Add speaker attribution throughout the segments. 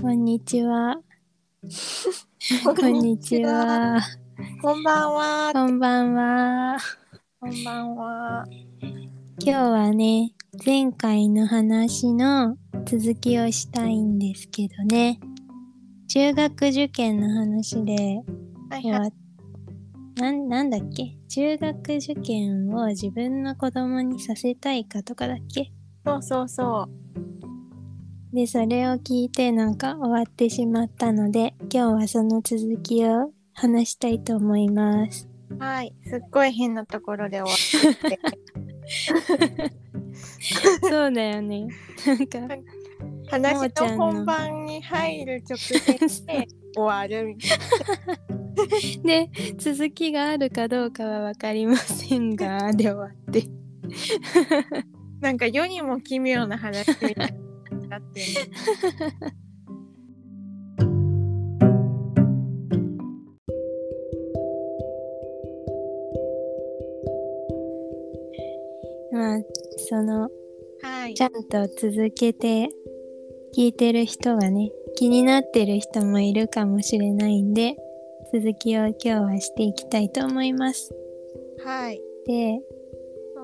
Speaker 1: こんにちは。
Speaker 2: こ
Speaker 1: こんにち。は。
Speaker 2: こんばんは。
Speaker 1: こんばんは。
Speaker 2: こんばんは。
Speaker 1: 今日はね、前回の話の続きをしたいんですけどね。中学受験の話で
Speaker 2: はい
Speaker 1: 終わ
Speaker 2: は
Speaker 1: っなんなんだっけ中学受験を自分の子供にさせたいかとかだっけ
Speaker 2: そうそうそ
Speaker 1: でそれを聞いてなんか終わってしまったので今日はその続きを話したいと思います。
Speaker 2: う。はい。すっごい変なところで終わ ってて。
Speaker 1: そうだよね。なんかなお
Speaker 2: 話
Speaker 1: ちゃん
Speaker 2: の
Speaker 1: の
Speaker 2: 本番に入る直前で終わるみたい
Speaker 1: で続きがあるかどうかは分かりません がで終わって
Speaker 2: な。なんか世にも奇妙な話みたいになって る。
Speaker 1: まあその
Speaker 2: はい
Speaker 1: ち。ゃんと続けて聞いてる人がね気になってる人もいるかもしれないんで続きを今日はしていきたいと思います。
Speaker 2: はい。
Speaker 1: で、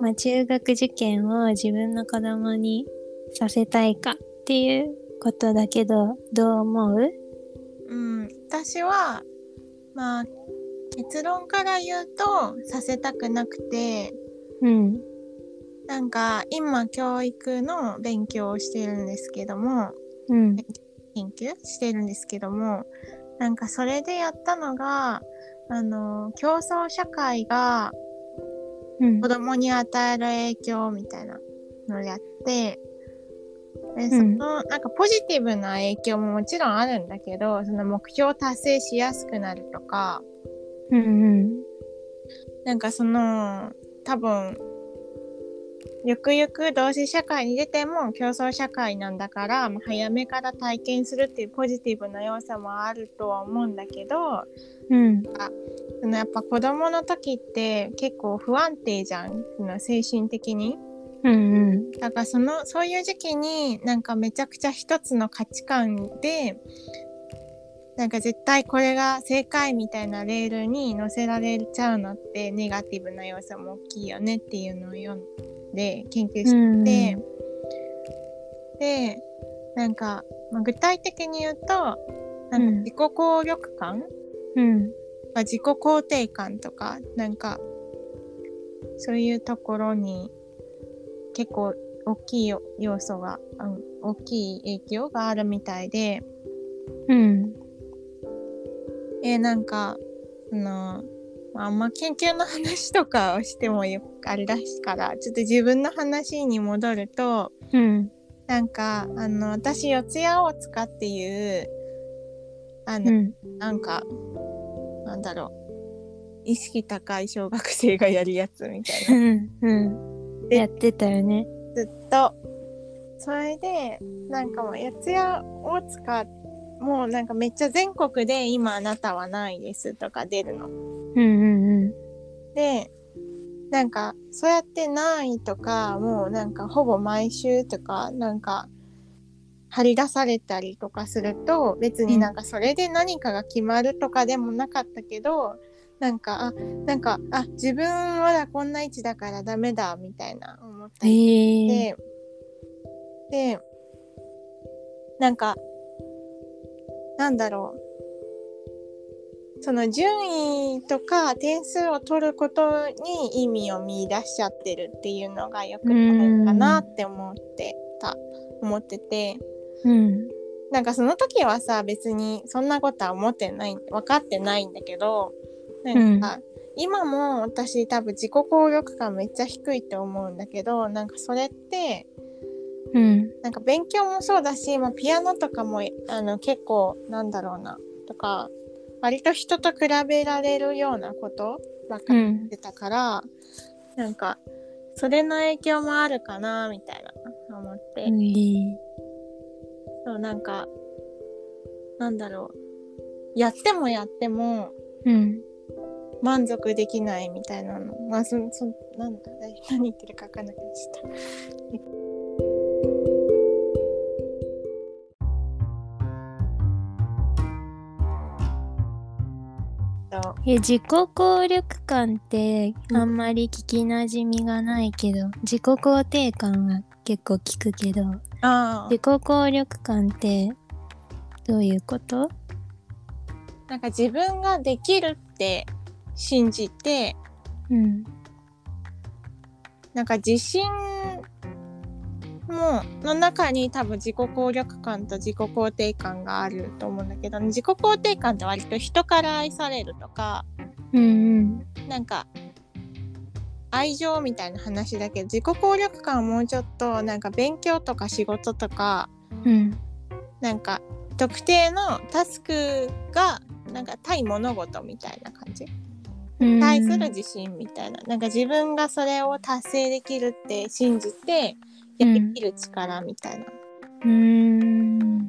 Speaker 1: まあ、中学受験を自分の子供にさせたいかっていうことだけどどう思う
Speaker 2: うん。私は、まあ、結論から言うと、させたくなくて、
Speaker 1: うん
Speaker 2: なんか今教育の勉強をしているんですけども、
Speaker 1: うん
Speaker 2: 研究してるんですけどもなんかそれでやったのがあの競争社会が
Speaker 1: うん
Speaker 2: 子供に与える影響みたいなのをやってでそ
Speaker 1: うん
Speaker 2: の、なんかポジティブな影響ももちろんあるんだけどその目標を達成しやすくなるとか
Speaker 1: うん
Speaker 2: なんかその多分ゆくゆく同志社会に出ても競争社会なんだからまあ早めから体験するっていうポジティブな要素もあるとは思うんだけど
Speaker 1: うん
Speaker 2: そのやっぱ子どもの時って結構不安定じゃんその精神的に。
Speaker 1: うんうん
Speaker 2: だからそのそういう時期になんかめちゃくちゃ一つの価値観でなんか絶対これが正解みたいなレールに乗せられちゃうのってネガティブな要素も大きいよねっていうのを読んで研究してて、でなんか、まあ、具体的に言うとなんか
Speaker 1: うん
Speaker 2: 自己効力感、
Speaker 1: うん
Speaker 2: まあ、自己肯定感とかなんかそういうところに結構大きいよ要素が、うん、大きい影響があるみたいで、
Speaker 1: うん
Speaker 2: えーなんかそのまああんま研究の話とかをしてもよあれだしからちょっと自分の話に戻ると
Speaker 1: うん
Speaker 2: なんかあの私四谷大塚っていうあの、
Speaker 1: うん
Speaker 2: なんか、なんだろう。意識高い小学生がやるやつみたいな。
Speaker 1: うん
Speaker 2: で
Speaker 1: やってたよね。
Speaker 2: ずっと。それで、なんかもう、四谷大塚、もうなんかめっちゃ全国で今あなたはないですとか出るの。
Speaker 1: うんうん
Speaker 2: で、なんかそうやってないとか、もうなんかほぼ毎週とか、なんか、張り出されたりとかすると別になんかそれで何かが決まるとかでもなかったけど、なんかあなんかあ自分はまだこんな位置だからダメだみたいな思
Speaker 1: う
Speaker 2: っ
Speaker 1: ん。
Speaker 2: たり
Speaker 1: へえ。
Speaker 2: で、でなんかなんだろうその順位とか点数を取ることに意味を見出しちゃってるっていうのがよくないかなって思ってた思ってて
Speaker 1: うん
Speaker 2: なんかその時はさ別にそんなことは思ってない分かってないんだけどなんか、今も私多分自己効力感めっちゃ低いって思うんだけどなんかそれって
Speaker 1: うん
Speaker 2: なんか勉強もそうだし、まあ、ピアノとかもあの結構なんだろうなとか割と人と比べられるようなことばっか
Speaker 1: う
Speaker 2: りや
Speaker 1: ん
Speaker 2: ってたから、なんかそれの影響もあるかなみたいな思って、
Speaker 1: うい
Speaker 2: そうなんかなんだろうやってもやっても
Speaker 1: うん
Speaker 2: 満足できないみたいなのまあそそなんだ何言ってるか分かんなくなっちゃった。
Speaker 1: え自己効力感って
Speaker 2: うん
Speaker 1: あんまり聞きなじみがないけど、自己肯定感は結構聞くけど
Speaker 2: あ
Speaker 1: 自己効力感ってどういうこと
Speaker 2: あなんか自分ができるって信じて
Speaker 1: うん
Speaker 2: なんか自信もの中に多分自己効力感と自己肯定感があると思うんだけど、自己肯定感って割と人から愛されるとか
Speaker 1: うんうん
Speaker 2: なんか愛情みたいな話だけど自己効力感はもうちょっとなんか勉強とか仕事とか
Speaker 1: うん
Speaker 2: なんか特定のタスクがなんか対物事みたいな感じ
Speaker 1: うん
Speaker 2: 対する自信みたいななんか自分がそれを達成できるって信じてやりきる力みたいな、
Speaker 1: うーん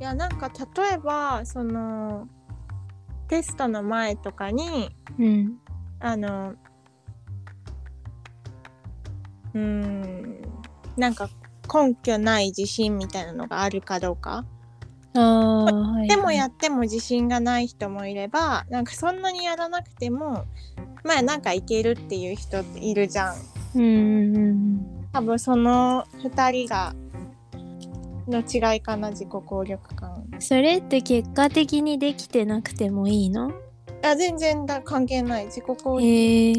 Speaker 2: いやなんか例えばそのテストの前とかに
Speaker 1: うん
Speaker 2: あのうーんなんか根拠ない自信みたいなのがあるかどうか
Speaker 1: ああはい
Speaker 2: でもやっても自信がない人もいればなんかそんなにやらなくてもまあなんかいけるっていう人っているじゃん
Speaker 1: うんうんうん
Speaker 2: 多分その2人がの違いかな自己効力感
Speaker 1: うんそれって結果的にできてなくてもいいの
Speaker 2: いや全然だ関係ない自己効力
Speaker 1: へえ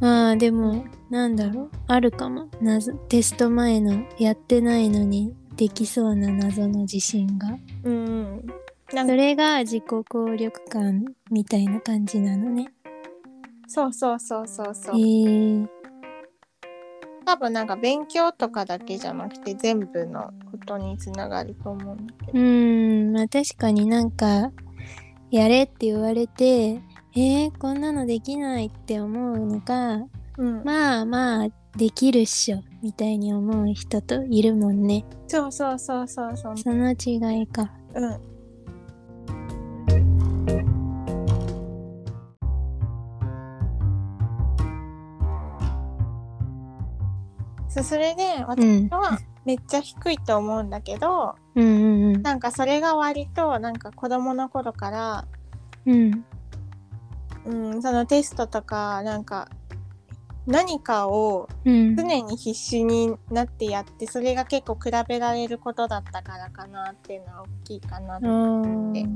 Speaker 1: まあでもなんだろうあるかも謎テスト前のやってないのにできそうな謎の自信が
Speaker 2: うんなん
Speaker 1: そ
Speaker 2: か
Speaker 1: れが自己効力感みたいな感じなのね
Speaker 2: そうそうそうそうそう
Speaker 1: へえ
Speaker 2: 多分なんか勉強とかだけじゃなくて全部のことにつながると思うんだけど、
Speaker 1: うんまあ確かになんかやれって言われてえー、こんなのできないって思うのか
Speaker 2: うん
Speaker 1: まあまあできるっしょみたいに思う人といるもんね
Speaker 2: そうそうそうそうそう
Speaker 1: その違いか
Speaker 2: うんそうそれで
Speaker 1: う
Speaker 2: 私
Speaker 1: ん
Speaker 2: はめっちゃ低いと思うんだけど、
Speaker 1: うんうんうん
Speaker 2: なんかそれが割となんか子供の頃から
Speaker 1: うん
Speaker 2: うん、そのテストとかなんか何かを
Speaker 1: うん
Speaker 2: 常に必死になってやってそれが結構比べられることだったからかなっていうのは大きいかな
Speaker 1: あー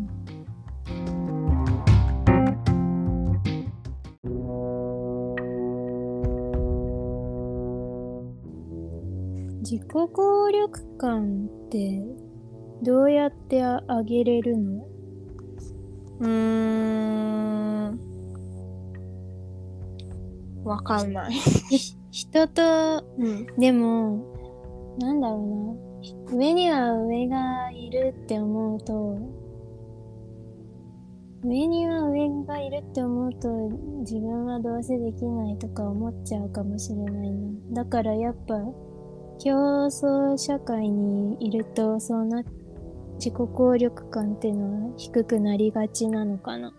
Speaker 1: 自己効力感ってどうやってあ上げれるの
Speaker 2: うーんわかんない、
Speaker 1: ひ人と
Speaker 2: うん、
Speaker 1: でもなんだろうな上には上がいるって思うと上には上がいるって思うと自分はどうせできないとか思っちゃうかもしれないなだからやっぱ競争社会にいるとそうな自己効力感っていうのは低くなりがちなのかな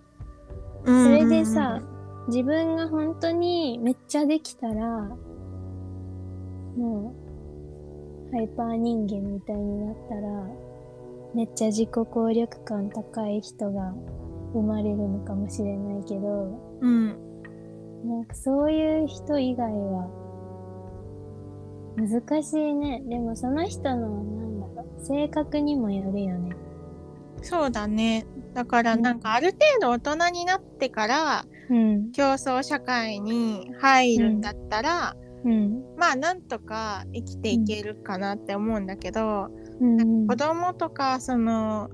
Speaker 1: それでさ自分が本当にめっちゃできたらもうハイパー人間みたいになったらめっちゃ自己効力感高い人が生まれるのかもしれないけど
Speaker 2: うん
Speaker 1: なんかそういう人以外は難しいねでもその人のなんだろう性格にもよるよね
Speaker 2: そうだねだからなんかある程度大人になってから
Speaker 1: うん
Speaker 2: 競争社会に入るんだったら、
Speaker 1: うん
Speaker 2: まあなんとか生きていけるかなって思うんだけど、
Speaker 1: うんうん
Speaker 2: 子供とかその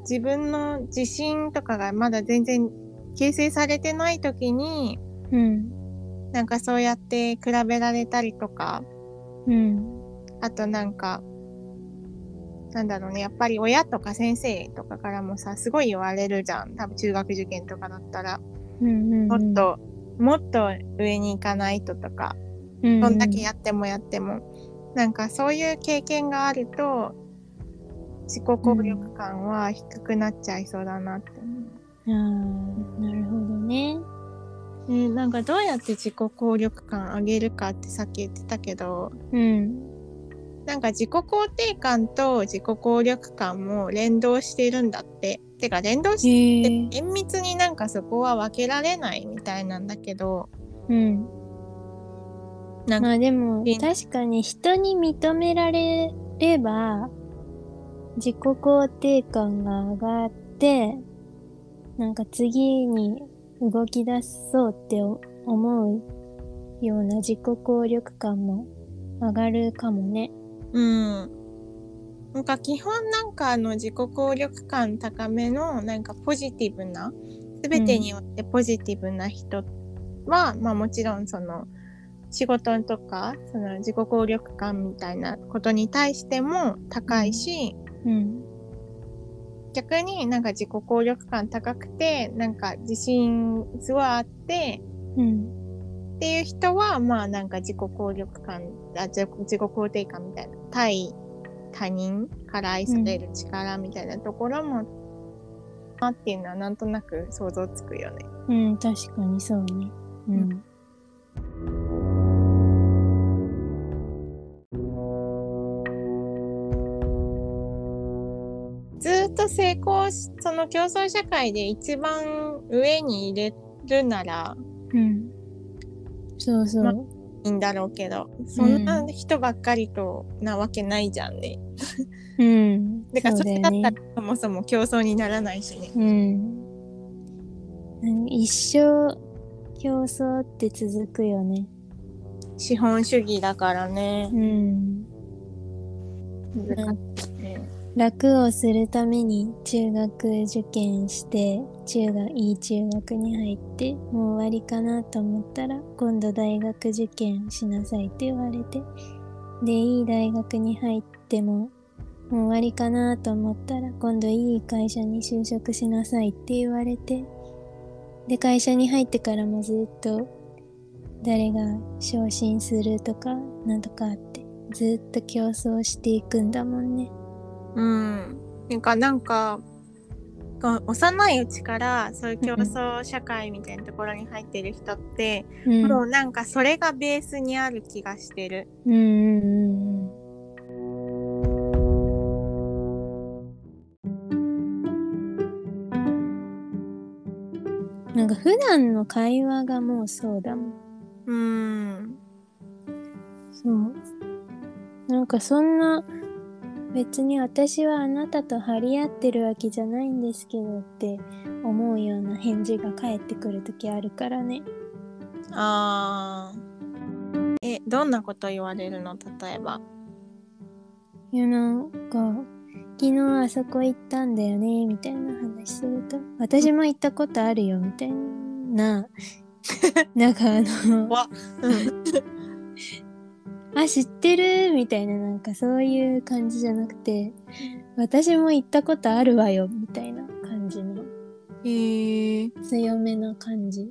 Speaker 2: 自分の自信とかがまだ全然形成されてない時に
Speaker 1: うん
Speaker 2: なんかそうやって比べられたりとか
Speaker 1: うん
Speaker 2: あとなんかなんだろうねやっぱり親とか先生とかからもさすごい言われるじゃん多分中学受験とかだったら、
Speaker 1: うんうん
Speaker 2: もっともっと上に行かないととかどんだけやってもやっても、なんかそういう経験があると自己効力感は低くなっちゃいそうだなって思う、
Speaker 1: あーなるほどね。
Speaker 2: ね、なんかどうやって自己効力感上げるかってさっき言ってたけど、
Speaker 1: うん。
Speaker 2: なんか自己肯定感と自己効力感も連動しているんだって。てか連動
Speaker 1: へ
Speaker 2: して、
Speaker 1: え。
Speaker 2: 厳密になんかそこは分けられないみたいなんだけど、
Speaker 1: うん。
Speaker 2: なんか
Speaker 1: まあでも
Speaker 2: いいね
Speaker 1: 確かに人に認められれば自己肯定感が上がってなんか次に動き出そうって思うような自己効力感も上がるかもね。
Speaker 2: うん。なんか基本なんかあの自己効力感高めのなんかポジティブな全てによってポジティブな人は、まあもちろんその仕事とかその自己効力感みたいなことに対しても高いし、
Speaker 1: うん。
Speaker 2: 逆になんか自己効力感高くてなんか自信すごいあって
Speaker 1: うん。
Speaker 2: っていう人はまあなんか自己効力感あ自己自己肯定感みたいな対他人から愛される力みたいなところも、あっていうのはなんとなく想像つくよね。
Speaker 1: うん、確かにそうね。うん。
Speaker 2: ずーっと成功しその競争社会で一番上に入れるなら
Speaker 1: うん。そうそう。
Speaker 2: まいいんだろうけどそんな人ばっかりとなわけないじゃんね。
Speaker 1: うん。
Speaker 2: だから
Speaker 1: そ
Speaker 2: そう
Speaker 1: だ
Speaker 2: れ
Speaker 1: よ
Speaker 2: だっ
Speaker 1: ね
Speaker 2: たらそもそも競争にならないしね。
Speaker 1: うん。なん一生競争って続くよね。
Speaker 2: 資本主義だからね
Speaker 1: う。ん。
Speaker 2: 難しいね
Speaker 1: 楽をするために中学受験して、中学、いい中学に入って、もう終わりかなと思ったら、今度大学受験しなさいって言われて、で、いい大学に入っても、もう終わりかなと思ったら、今度いい会社に就職しなさいって言われて、で、会社に入ってからもずっと、誰が昇進するとか、なんとかあって、ずっと競争していくんだもんね。
Speaker 2: うん。なんか、なんか、こう幼いうちからそういう競争社会みたいなところに入ってる人って、
Speaker 1: うん
Speaker 2: もうなんかそれがベースにある気がしてる。
Speaker 1: うんうんうんうんなんか普段の会話がもうそうだもん。
Speaker 2: うん。
Speaker 1: そう。なんかそんな別に私はあなたと張り合ってるわけじゃないんですけどって思うような返事が返ってくるときあるからね。
Speaker 2: あーえ、どんなこと言われるの例えば。
Speaker 1: いや、なんか、昨日あそこ行ったんだよね、みたいな話すると、私も行ったことあるよ、みたいな、なんかあの、
Speaker 2: わ、うん。
Speaker 1: あ、知ってるみたいな、なんかそういう感じじゃなくて、私も行ったことあるわよ、みたいな感じの、
Speaker 2: へえ。
Speaker 1: 強めな感じ。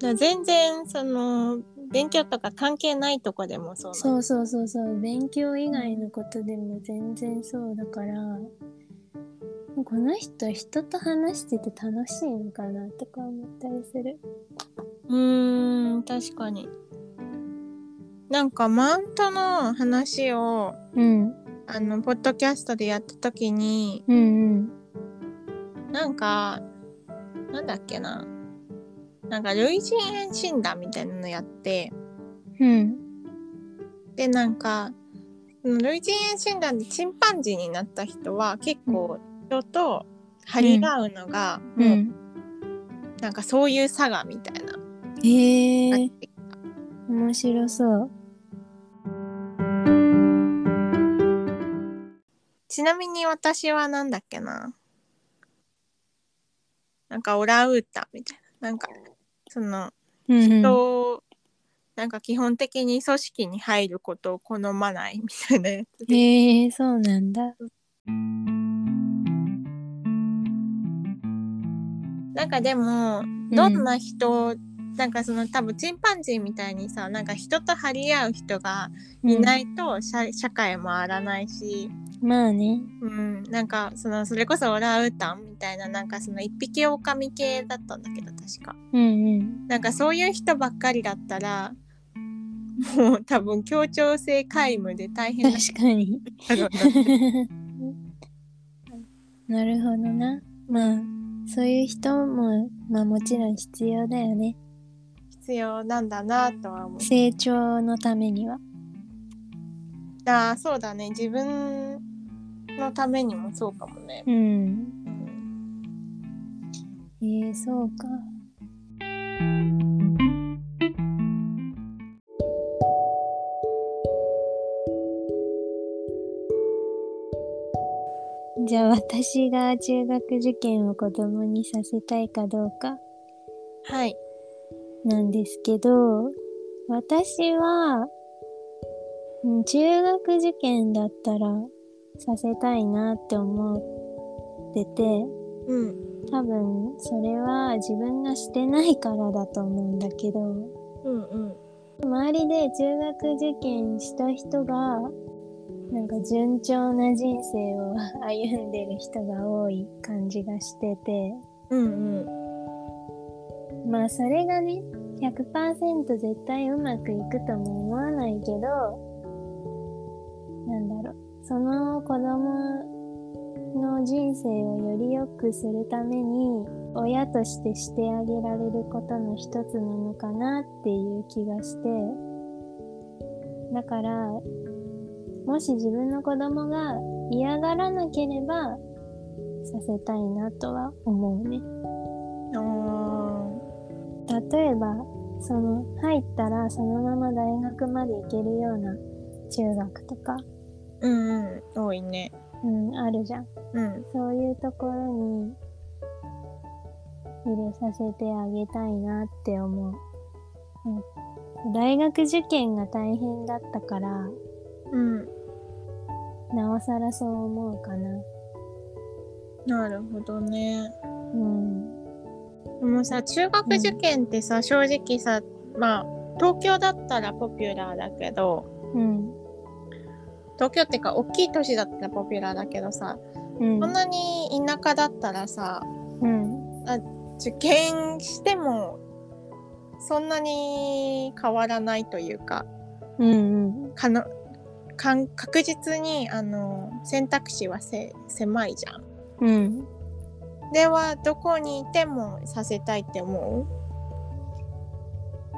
Speaker 2: 全然、その、勉強とか関係ないとこでもそうなの
Speaker 1: そうそうそうそう勉強以外のことでも全然そうだからこの人人と話してて楽しいのかなとか思ったりする
Speaker 2: うーん、確かに。なんか、マウントの話を、
Speaker 1: うん
Speaker 2: あの、ポッドキャストでやった時に、
Speaker 1: うんうん
Speaker 2: なんか、なんだっけな。なんか、類人猿診断みたいなのやって、
Speaker 1: うん
Speaker 2: で、なんか、その類人猿診断でチンパンジーになった人は、結構、人と張り合うのが、
Speaker 1: う
Speaker 2: もう、
Speaker 1: ん
Speaker 2: なんかそういう差がみたいな。
Speaker 1: へえ面白そう
Speaker 2: ちなみに私はなんだっけな。なんかオランウータンみたいな。なんか、その、
Speaker 1: うんうん
Speaker 2: 人を、なんか基本的に組織に入ることを好まないみたいなやつで。
Speaker 1: へえそうなんだ
Speaker 2: なんかでも、どんな人、なんかその多分チンパンジーみたいにさ、なんか人と張り合う人がいないと社社会回らないし、
Speaker 1: まあね。
Speaker 2: うん、なんかそのそれこそオランウータンみたいななんかその一匹狼系だったんだけど確か
Speaker 1: うんうん。
Speaker 2: なんかそういう人ばっかりだったらもう多分協調性皆無で大変な人
Speaker 1: 確かに。
Speaker 2: だろうな
Speaker 1: なるほどな。まあ、そういう人も、まあもちろん必要だよね。
Speaker 2: 必要なんだなとは思う
Speaker 1: 成長のためには。
Speaker 2: ああそうだね自分のためにもそうかもね
Speaker 1: うん。えー、そうか。じゃあ私が中学受験を子供にさせたいかどうか
Speaker 2: はい
Speaker 1: なんですけど、私は、うん中学受験だったらさせたいなって思ってて、
Speaker 2: うん
Speaker 1: 多分それは自分がしてないからだと思うんだけど
Speaker 2: うんうん
Speaker 1: 周りで中学受験した人がなんか順調な人生を歩んでる人が多い感じがしてて
Speaker 2: うんうん
Speaker 1: まあそれがね100%絶対うまくいくとも思わないけどなんだろうその子供の人生をより良くするために親としてしてあげられることの一つなのかなっていう気がしてだからもし自分の子供が嫌がらなければさせたいなとは思うね。
Speaker 2: あ
Speaker 1: 例えばその入ったらそのまま大学まで行けるような中学とか、
Speaker 2: ーうんうん多いね
Speaker 1: うん、あるじゃん
Speaker 2: うん
Speaker 1: そういうところに入れさせてあげたいなって思う、うん、大学受験が大変だったから
Speaker 2: うん
Speaker 1: なおさらそう思うかな
Speaker 2: なるほどね
Speaker 1: うん
Speaker 2: でもさ中学受験ってさ、正直さまあ東京だったらポピュラーだけど
Speaker 1: うん
Speaker 2: 東京ってか大きい都市だったらポピュラーだけどさ、
Speaker 1: うん
Speaker 2: こんなに田舎だったらさ
Speaker 1: うん
Speaker 2: 受験してもそんなに変わらないというか
Speaker 1: うんうん
Speaker 2: かのかん確実にあの選択肢はせ狭いじゃん。
Speaker 1: うん
Speaker 2: ではどこにいてもさせたいって思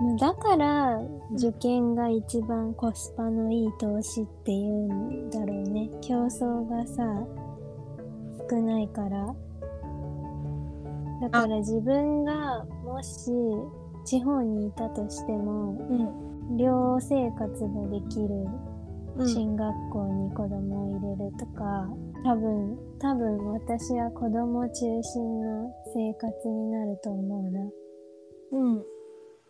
Speaker 2: う
Speaker 1: まあだから受験が一番コスパのいい投資っていうんだろうね競争がさ少ないからだから自分がもし地方にいたとしても
Speaker 2: うん
Speaker 1: 寮生活ができる
Speaker 2: うん
Speaker 1: 進学校に子供を入れるとか、多分多分私は子供中心の生活になると思うな。
Speaker 2: うん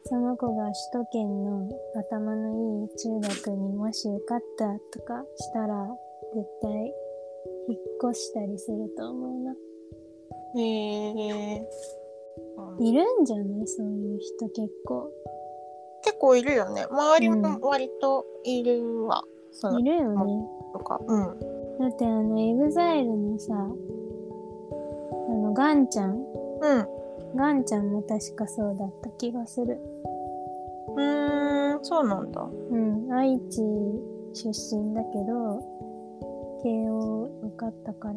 Speaker 1: その子が首都圏の頭のいい中学にもし受かったとかしたら絶対引っ越したりすると思うな。
Speaker 2: へえ
Speaker 1: いるんじゃないそういう人結構。
Speaker 2: 結構いるよね周り
Speaker 1: う
Speaker 2: も
Speaker 1: ん
Speaker 2: 割といるわ、その
Speaker 1: いるよね。
Speaker 2: とかうん
Speaker 1: だってあのエグザイルのさ、あのガンちゃん
Speaker 2: うん
Speaker 1: ガンちゃんも確かそうだった気がする。
Speaker 2: うーんそうなんだう
Speaker 1: うん、愛知出身だけど、慶応受かったから、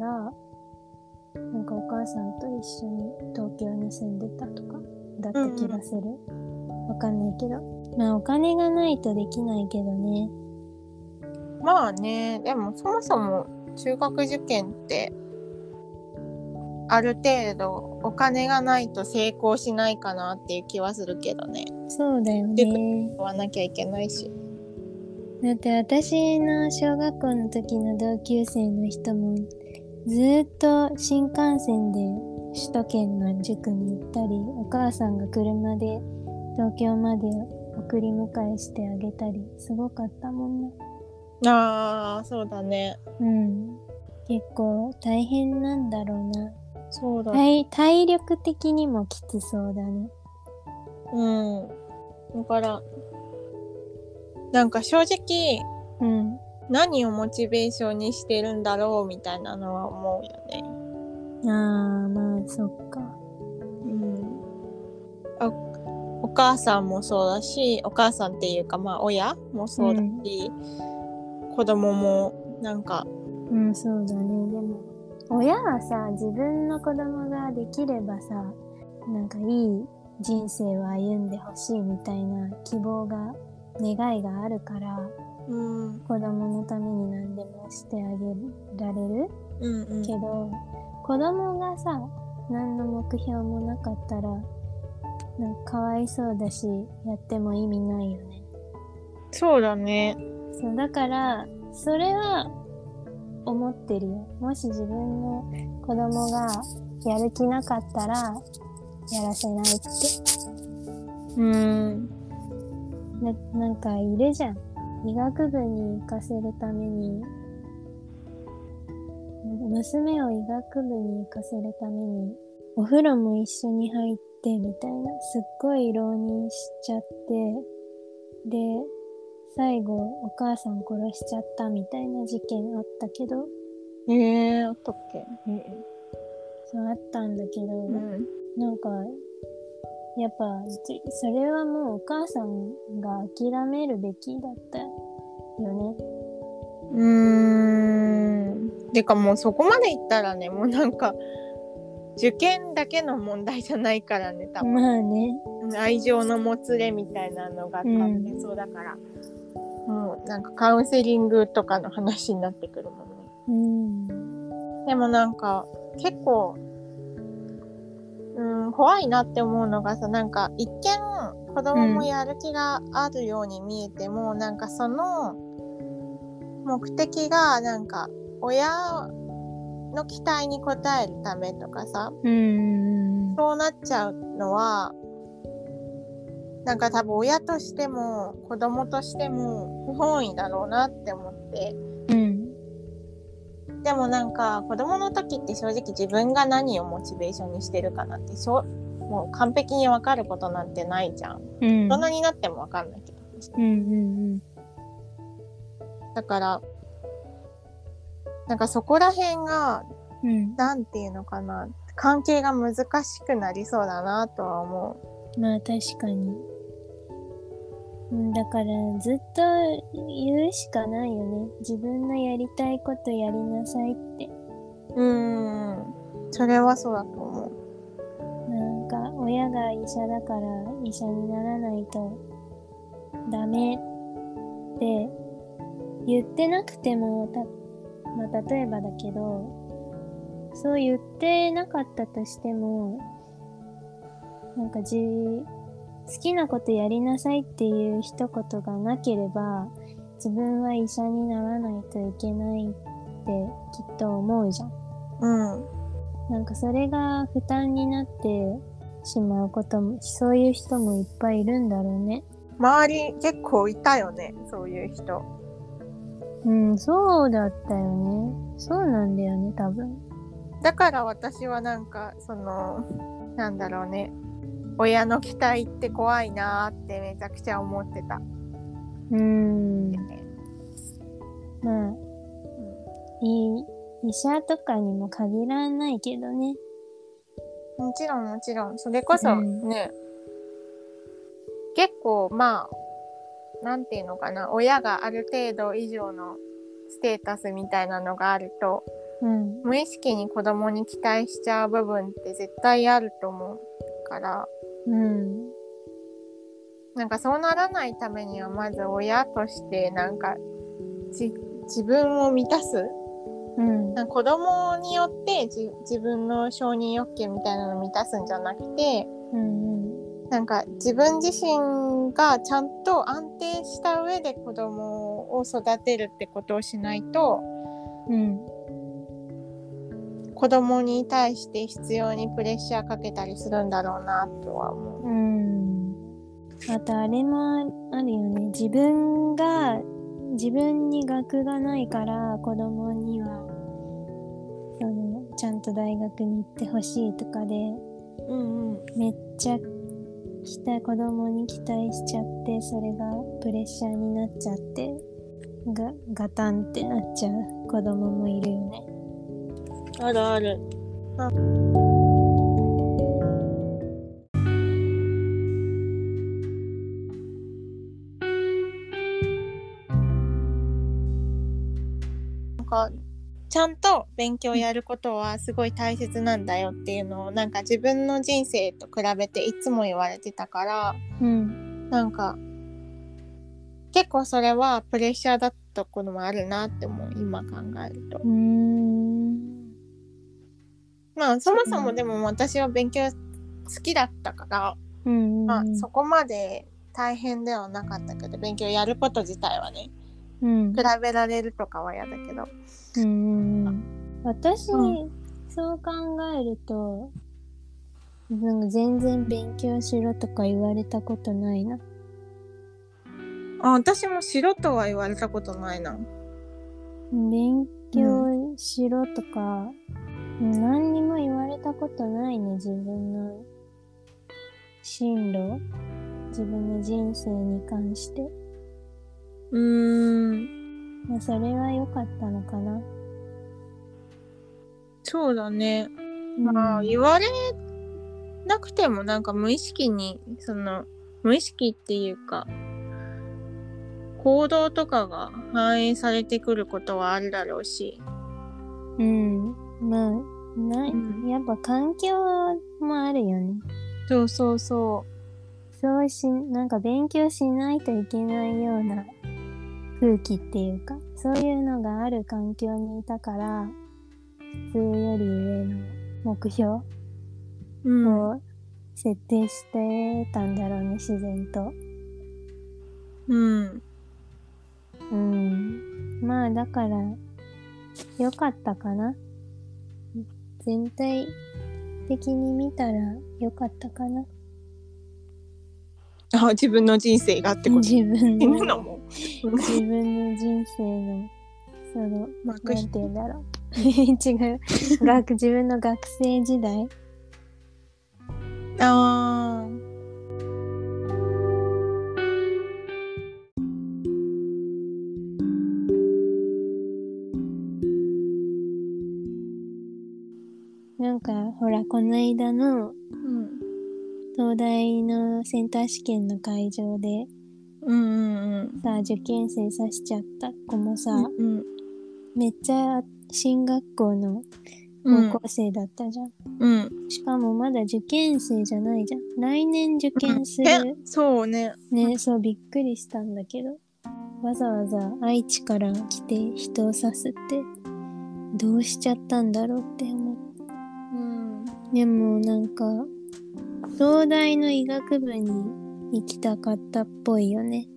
Speaker 1: なんかお母さんと一緒に東京に住んでたとか、だった気がする。わかんないけど。まあお金がないとできないけどね。
Speaker 2: まあねでもそもそも中学受験ってある程度お金がないと成功しないかなっていう気はするけどね
Speaker 1: そうだよ
Speaker 2: で
Speaker 1: ね。
Speaker 2: 追わなきゃいけないし
Speaker 1: だって私の小学校の時の同級生の人も、ずーっと新幹線で首都圏の塾に行ったり、お母さんが車で東京まで送り迎えしてあげたり、すごかったもんな。
Speaker 2: あーそうだね
Speaker 1: うん。結構大変なんだろうな。
Speaker 2: そうだ、
Speaker 1: 体体力的にもきつそうだね。
Speaker 2: うんだからなんか正直
Speaker 1: うん。
Speaker 2: 何をモチベーションにしてるんだろうみたいなのは思うよ
Speaker 1: あ
Speaker 2: ね。
Speaker 1: あ、まあ、そっか。
Speaker 2: うん、あお母さんもそうだしお母さんっていうかまあ親もそうだし、子供もなんか
Speaker 1: うん、そうだね。でも、親はさ、自分の子供ができればさ、なんかいい人生を歩んでほしいみたいな希望が、願いがあるから、
Speaker 2: うん
Speaker 1: 子供のために何でもしてあげられる
Speaker 2: うんうん
Speaker 1: けど、子供がさ、何の目標もなかったら、なんかかわいそうだし、やっても意味ないよね。
Speaker 2: そうだね
Speaker 1: そうだからそれは思ってるよもし自分の子供がやる気なかったらやらせないって
Speaker 2: うん
Speaker 1: ななんかいるじゃん医学部に行かせるために娘を医学部に行かせるためにお風呂も一緒に入ってみたいなすっごい浪人しちゃってで最後お母さん殺しちゃったみたいな事件あったけど
Speaker 2: へえー、あったっけ
Speaker 1: そうあったんだけど、
Speaker 2: うん
Speaker 1: なんかやっぱじそれはもうお母さんが諦めるべきだったよね
Speaker 2: うんてかもうそこまでいったらねもうなんか受験だけの問題じゃないからね多分、
Speaker 1: まあね
Speaker 2: 愛情のもつれみたいなのが関係そうだから、もうなんかカウンセリングとかの話になってくるもんね
Speaker 1: うん
Speaker 2: でもなんか結構、うん、怖いなって思うのがさなんか一見子供もやる気があるように見えても、なんかその目的がなんか親の期待に応えるためとかさ
Speaker 1: うん
Speaker 2: そうなっちゃうのはなんか多分親としても子供としても不本意だろうなって思って。
Speaker 1: うん
Speaker 2: でもなんか子供の時って正直自分が何をモチベーションにしてるかなんてしょもう完璧に分かることなんてないじゃん
Speaker 1: うん
Speaker 2: 大人になっても分かんないけど
Speaker 1: うん
Speaker 2: だからなんかそこら辺が
Speaker 1: うんうん
Speaker 2: 何て言うのかな関係が難しくなりそうだなとは思
Speaker 1: まあ確かにうんだからずっと言うしかないよね自分のやりたいことやりなさいって
Speaker 2: ううんそれはそうだと思う
Speaker 1: なんか親が医者だから医者にならないとダメって言ってなくてもた、まあ、例えばだけどそう言ってなかったとしてもなんかじ好きなことやりなさいっていう一言がなければ自分は医者にならないといけないってきっと思うじゃん。
Speaker 2: うん
Speaker 1: なんかそれが負担になってしまうことも、そういう人もいっぱいいるんだろうね。
Speaker 2: 周り結構いたよねそういう人
Speaker 1: うん、そうだったよね。そうなんだよね、多分。
Speaker 2: だから私はなんかそのなんだろうね親の期待って怖いなーってめちゃくちゃ思ってた。
Speaker 1: うん。まあ、い医者とかにも限らないけどね。
Speaker 2: もちろんもちろんそれこそ
Speaker 1: うん
Speaker 2: ね、結構まあなんていうのかな親がある程度以上のステータスみたいなのがあると
Speaker 1: うん。
Speaker 2: 無意識に子供に期待しちゃう部分って絶対あると思うから
Speaker 1: うん。
Speaker 2: なんかそうならないためにはまず親としてなんかじ自分を満たす
Speaker 1: うん。
Speaker 2: なんか子供によってじ自分の承認欲求みたいなのを満たすんじゃなくて
Speaker 1: うん。
Speaker 2: なんか自分自身がちゃんと安定した上で子供を育てるってことをしないと
Speaker 1: うん。
Speaker 2: 子供に対して必要にプレッシャーかけたりするんだろうなとは思
Speaker 1: うん。あとあれもあるよね。自分が、自分に学がないから子供には、その、ちゃんと大学に行ってほしいとかで、
Speaker 2: う。うんうん
Speaker 1: めっちゃ来た子供に期待しちゃって、それがプレッシャーになっちゃって、がガタンってなっちゃう子供もいるよね。
Speaker 3: あるある。
Speaker 2: ちゃんと勉強やることはすごい大切なんだよっていうのをなんか自分の人生と比べていつも言われてたから
Speaker 1: うん。
Speaker 2: なんか結構それはプレッシャーだったこともあるなって思う今考えると
Speaker 1: うーん。
Speaker 2: まあそもそもでも私は勉強好きだったから、
Speaker 1: うん、うん。
Speaker 2: まあそこまで大変ではなかったけど勉強やること自体はね
Speaker 1: うん。
Speaker 2: 比べられるとかは嫌だけど
Speaker 1: うんうんうん私、
Speaker 2: う
Speaker 1: そう考えると自分が全然勉強しろとか言われたことないな
Speaker 2: あ私もしろとは言われたことないな
Speaker 1: 勉強しろとか、何にも言われたことないね自分の進路自分の人生に関して、
Speaker 2: うーん
Speaker 1: まあ、それは良かったのかな、
Speaker 2: そうだね
Speaker 1: うん
Speaker 2: まあ言われなくてもなんか無意識にその無意識っていうか行動とかが反映されてくることはあるだろうし
Speaker 1: うんまあない、
Speaker 2: うん
Speaker 1: やっぱ環境もあるよね
Speaker 2: そうそうそ
Speaker 1: そうし、なんか勉強しないといけないような空気っていうか、そういうのがある環境にいたから、普通より上の目標を
Speaker 2: ううん
Speaker 1: 設定してたんだろうね、自然と。
Speaker 2: うん
Speaker 1: うん。まあだから、良かったかな。全体的に見たら良かったかな。
Speaker 2: あ自分の人生がってこと
Speaker 1: 自分
Speaker 2: 死ぬ
Speaker 1: の、
Speaker 2: のも
Speaker 1: 自分の人生の、その、
Speaker 2: 幕
Speaker 1: なん
Speaker 2: 引
Speaker 1: て言うんだろう。 違う。学、自分の学生時代。
Speaker 2: あー
Speaker 1: なんか、ほら、この間の
Speaker 2: うん
Speaker 1: 東大のセンター試験の会場で
Speaker 2: うんうん
Speaker 1: さ、受験生刺しちゃった子もさ、
Speaker 2: うん
Speaker 1: めっちゃ進学校の
Speaker 2: うん
Speaker 1: 高校生だったじゃん。
Speaker 2: うん
Speaker 1: しかもまだ受験生じゃないじゃん。来年受験す
Speaker 2: え
Speaker 1: る。
Speaker 2: そうね
Speaker 1: ね、そう、びっくりしたんだけど。わざわざ愛知から来て人を刺すって、どうしちゃったんだろうって思って。
Speaker 2: うん
Speaker 1: でもなんか東大の医学部に行きたかったっぽいよね。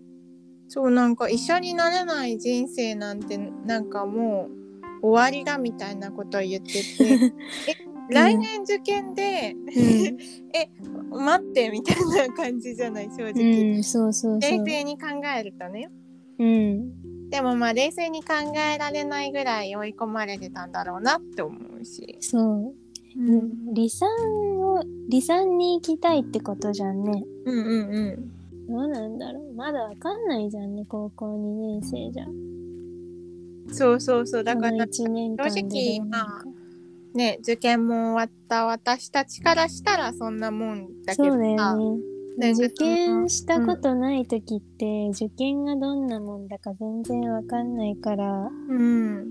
Speaker 2: そうなんか医者になれない人生なんてなんかもう終わりだみたいなことを言っててえ来年受験で、待ってみたいな感じじゃない正
Speaker 1: う
Speaker 2: 直、
Speaker 1: ん、そうそうそ
Speaker 2: 冷
Speaker 1: う。
Speaker 2: 静に考えるとね
Speaker 1: うん、
Speaker 2: でもまあ冷静に考えられないぐらい追い込まれてたんだろうなって思うし、
Speaker 1: そうう。離散を離散に行きたいってことじゃんね。
Speaker 2: うんうんうん
Speaker 1: どうなんだろう。まだわかんないじゃんね、高校2年生じゃん。
Speaker 2: そうそうそうだから
Speaker 1: この1年間で
Speaker 2: 正直
Speaker 1: どうなるか
Speaker 2: ね受験も終わった私たちからしたらそんなもんだけ
Speaker 1: そ
Speaker 2: ど
Speaker 1: うだよね。
Speaker 2: なんか
Speaker 1: 受験したことない時って、受験がどんなもんだか全然わかんないから
Speaker 2: うん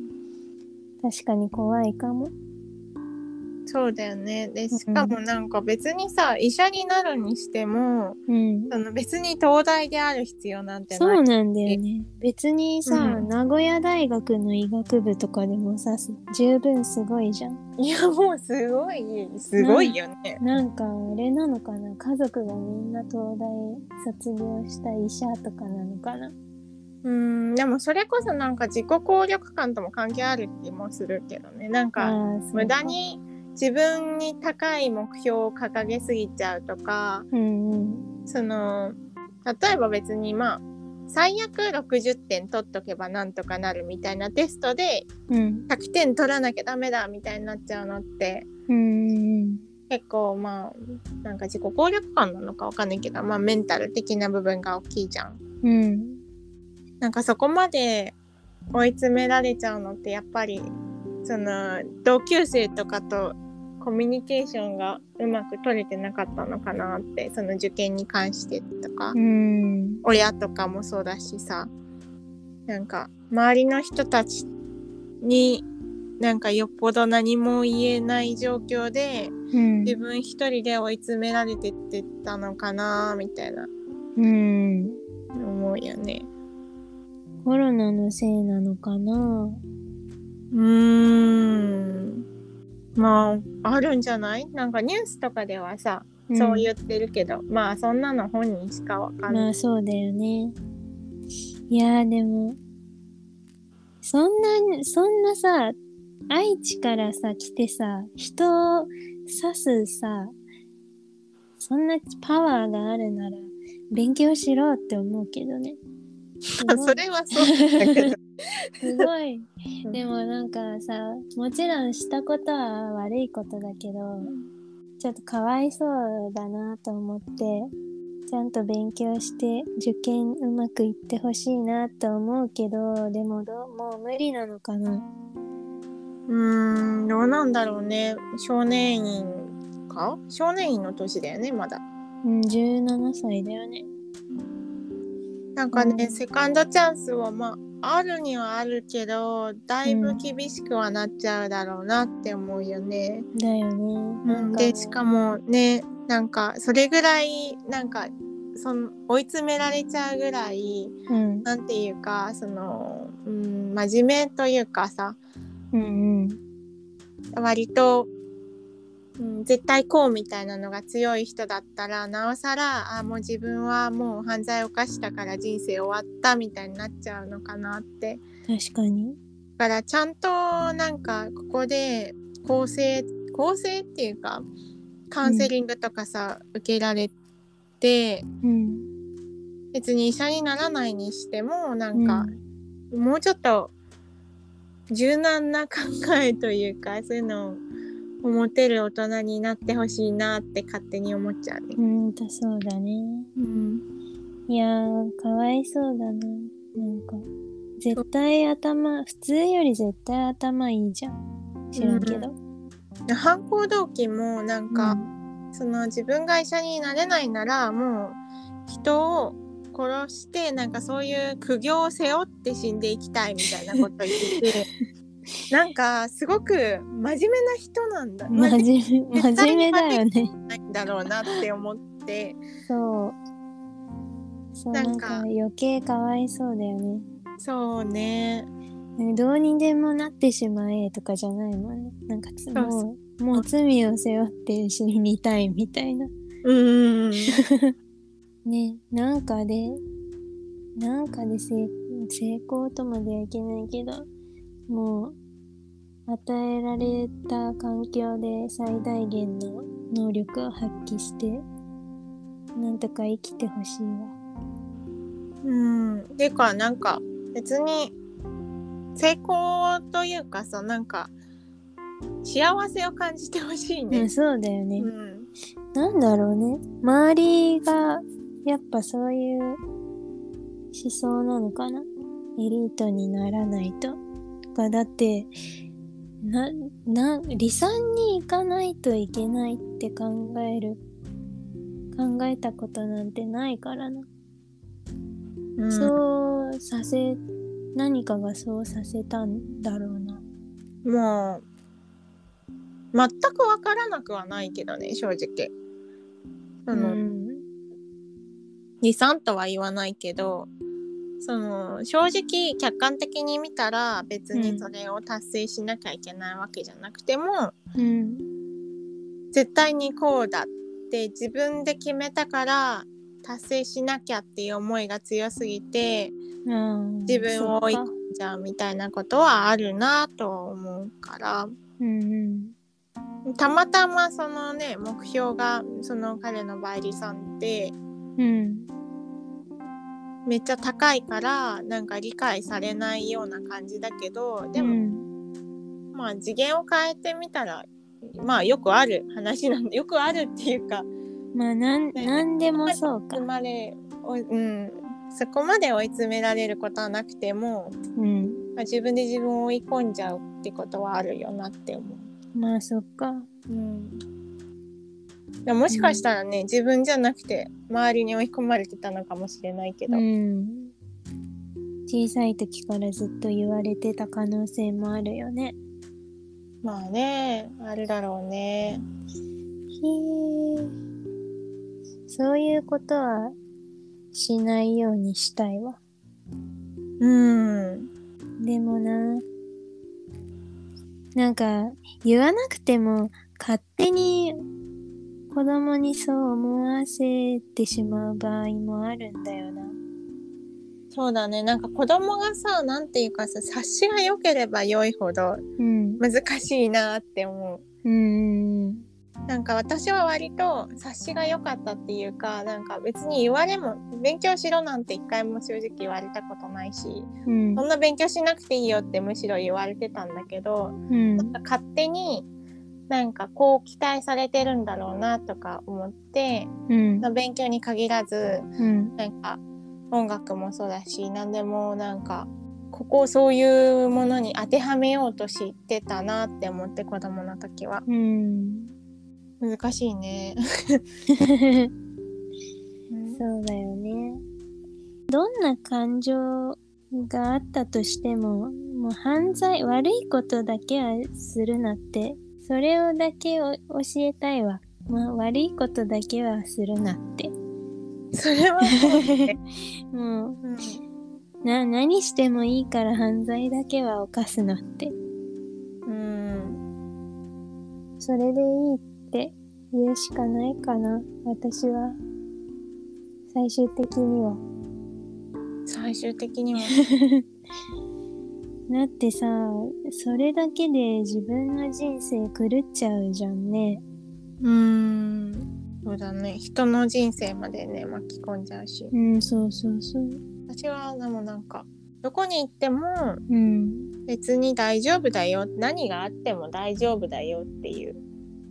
Speaker 1: 確かに怖いかも。
Speaker 2: そうだよね。で、
Speaker 1: ん
Speaker 2: しかもなんか別にさ、医者になるにしても、
Speaker 1: うん、
Speaker 2: その別に東大である必要なんて
Speaker 1: そ
Speaker 2: な
Speaker 1: う
Speaker 2: い。
Speaker 1: なんだよね。別にさ、
Speaker 2: うん
Speaker 1: 名古屋大学の医学部とかでもさ、十分すごいじゃん。
Speaker 2: いや、もうすごい、すごいよね。
Speaker 1: なんか、あれなのかな家族がみんな東大卒業した医者とかなのかな
Speaker 2: うん、でもそれこそなんか自己効力感とも関係ある気もするけどね。なんか、
Speaker 1: あーそうか
Speaker 2: 無駄に自分に高い目標を掲げすぎちゃうとか、
Speaker 1: うんうん。
Speaker 2: その、例えば別にまあ、最悪60点取っとけばなんとかなるみたいなテストで
Speaker 1: うん。
Speaker 2: 100点取らなきゃダメだみたいになっちゃうのって
Speaker 1: うんうん
Speaker 2: 結構まあなんか自己効力感なのかわかんないけどまあメンタル的な部分が大きいじゃん
Speaker 1: うん。うん。
Speaker 2: なんかそこまで追い詰められちゃうのってやっぱりその同級生とかとコミュニケーションがうまく取れてなかったのかなってその受験に関してとか、
Speaker 1: うん
Speaker 2: 親とかもそうだしさなんか周りの人たちになんかよっぽど何も言えない状況で
Speaker 1: うん
Speaker 2: 自分一人で追い詰められてってたのかなみたいな
Speaker 1: うん
Speaker 2: 思うよね。
Speaker 1: コロナのせいなのかな
Speaker 2: うーんまああるんじゃないなんかニュースとかではさ、そう言ってるけどまあそんなの本人しかわかんない。
Speaker 1: まあそうだよね。いやーでも、そんな、そんなさ、愛知からさ、来てさ、人を刺すさ、そんなパワーがあるなら、勉強しろって思うけどね。すごい
Speaker 2: それはそ うだけど。
Speaker 1: すごい
Speaker 2: う。ん
Speaker 1: でもなんかさ、もちろんしたことは悪いことだけど、ちょっとかわいそうだなと思って、ちゃんと勉強して受験うまくいってほしいなと思うけど、でもどうもう無理なのかな。
Speaker 2: うーんどうなんだろうね少年院か少年院の年だよねまだ
Speaker 1: うん、17歳だよね。
Speaker 2: なんかね、
Speaker 1: うん
Speaker 2: セカンドチャンスはまああるにはあるけどだいぶ厳しくはなっちゃうだろうなって思うよね、
Speaker 1: だよね。なんか
Speaker 2: でしかもねなんかそれぐらいなんかその追い詰められちゃうぐらい
Speaker 1: うん。
Speaker 2: なんていうかその、うん、真面目というかさ
Speaker 1: うんうん。
Speaker 2: 割と、うん、絶対こうみたいなのが強い人だったらなおさらあもう自分はもう犯罪を犯したから人生終わったみたいになっちゃうのかなって
Speaker 1: 確かに。
Speaker 2: だからちゃんとなんかここで構成構成っていうかカウンセリングとかさ、受けられて
Speaker 1: うん。
Speaker 2: 別に医者にならないにしてもなんか、
Speaker 1: う
Speaker 2: もうちょっと柔軟な考えというかそういうのを持てる大人になってほしいなって勝手に思っちゃうね。
Speaker 1: うんと、そうだね。
Speaker 2: うん、
Speaker 1: いやー、かわいそうだな。なんか、絶対頭、普通より絶対頭いいじゃん。知らんけど。
Speaker 2: 犯行動機もなんか、その自分が医者になれないならもう人を殺してなんかそういう苦行を背負って死んでいきたいみたいなこと言って てなんかすごく真面目な人なんだ
Speaker 1: うん、真面目、
Speaker 2: 絶対
Speaker 1: 真
Speaker 2: に
Speaker 1: 面目だよね。
Speaker 2: ないんだろうなって思って。
Speaker 1: そう。そう、
Speaker 2: な
Speaker 1: なんん
Speaker 2: か
Speaker 1: か余計かわいそうだよね。
Speaker 2: そうね
Speaker 1: なんかどうにでもなってしまえとかじゃないもんね。なんかつ
Speaker 2: うそう
Speaker 1: もう、もう罪を背負って死にたいみたいな。
Speaker 2: うん
Speaker 1: ね、なんかで、なんかで成成功とまではいけないけど、もう、与えられた環境で最大限の能力を発揮して、なんとか生きてほしいわ。
Speaker 2: うん、ていうかなんか別に成功というかさなんか幸せを感じてほしい
Speaker 1: うん、
Speaker 2: ね。
Speaker 1: そうだよね。
Speaker 2: うん、
Speaker 1: なんだろうね。周りが、やっぱそういう思想なのかな。エリートにならないと。とかだって、な、な、離散に行かないといけないって考える、考えたことなんてないからな。
Speaker 2: うん
Speaker 1: そうさせ、何かがそうさせたんだろうな。
Speaker 2: もう全く分からなくはないけどね正直。その、
Speaker 1: ん。
Speaker 2: 離散とは言わないけどその正直客観的に見たら別
Speaker 1: う
Speaker 2: に
Speaker 1: ん
Speaker 2: それを達成しなきゃいけないわけじゃなくても、
Speaker 1: うん。
Speaker 2: 絶対にこうだって自分で決めたから達成しなきゃっていう思いが強すぎて
Speaker 1: うん、
Speaker 2: 自分を追い
Speaker 1: そっか
Speaker 2: じゃあみたいなことはあるなとは思うから
Speaker 1: うんうん。
Speaker 2: たまたまそのね目標がその彼のバイリさんって
Speaker 1: うん。
Speaker 2: めっちゃ高いからなんか理解されないような感じだけどで
Speaker 1: う
Speaker 2: も、
Speaker 1: ん
Speaker 2: まあ次元を変えてみたらまあよくある話なんでよ くあるっていうか
Speaker 1: まあなん
Speaker 2: ね
Speaker 1: なんでもそうか
Speaker 2: 生。まれおうんそこまで追い詰められることはなくても
Speaker 1: うん。
Speaker 2: まあ自分で自分を追い込んじゃうってことはあるよなって思う。
Speaker 1: まあそっか
Speaker 2: うん、でももしかしたらね、自分じゃなくて周りに追い込まれてたのかもしれないけど、
Speaker 1: うん小さい時からずっと言われてた可能性もあるよね
Speaker 2: まあねあるだろう
Speaker 1: へ
Speaker 2: ね。
Speaker 1: えそういうことはしないようにしたいわ
Speaker 2: うん
Speaker 1: でもななんか言わなくても勝手に子供にそう思わせてしまう場合もあるんだよな
Speaker 2: そうだねなんか子供がさなんていうかさ察しが良ければ良いほど
Speaker 1: うん
Speaker 2: 難しいなって思
Speaker 1: うんうんうん
Speaker 2: うなんか私は割と察しが良かったっていうかなんか別に言われも勉強しろなんて一回も正直言われたことないし
Speaker 1: うん
Speaker 2: そんな勉強しなくていいよってむしろ言われてたんだけど
Speaker 1: うん
Speaker 2: なんか勝手になんかこう期待されてるんだろうなとか思って
Speaker 1: うん
Speaker 2: まあ勉強に限らず
Speaker 1: うん
Speaker 2: なんか音楽もそうだし何でもなんかここをそういうものに当てはめようとしてたなって思って子供の時は
Speaker 1: うん
Speaker 2: 難しい ね。
Speaker 1: そうだよねどんな感情があったとしてももう犯罪悪いことだけはするなってそれをだけお教えたいわ、まあ、悪いことだけはするなって
Speaker 2: それはそうだ ね、
Speaker 1: も
Speaker 2: うん
Speaker 1: うな何してもいいから犯罪だけは犯すなって
Speaker 2: うん、
Speaker 1: それでいいって言うしかないかな私は最終的には
Speaker 2: 最終的 には
Speaker 1: だってさそれだけで自分の人生狂っちゃうじゃんね
Speaker 2: うんそうだね人の人生までね巻き込んじゃうし
Speaker 1: うんそうそうそう
Speaker 2: 私はでもなんかどこに行っても
Speaker 1: うん
Speaker 2: 別に大丈夫だよ何があっても大丈夫だよっていう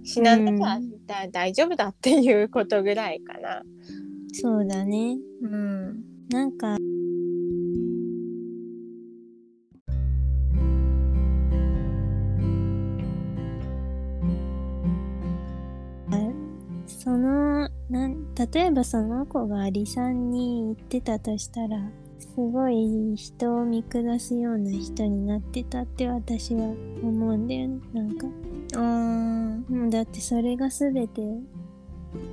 Speaker 2: 死なんだから
Speaker 1: うん
Speaker 2: だ大丈夫だっていうことぐらいかな。
Speaker 1: そうだね
Speaker 2: うん、
Speaker 1: なんかそのなん例えばその子がアリさんに言ってたとしたらすごい人を見下すような人になってたって私は思うんだよねなんか
Speaker 2: うん、
Speaker 1: もうだってそれが全て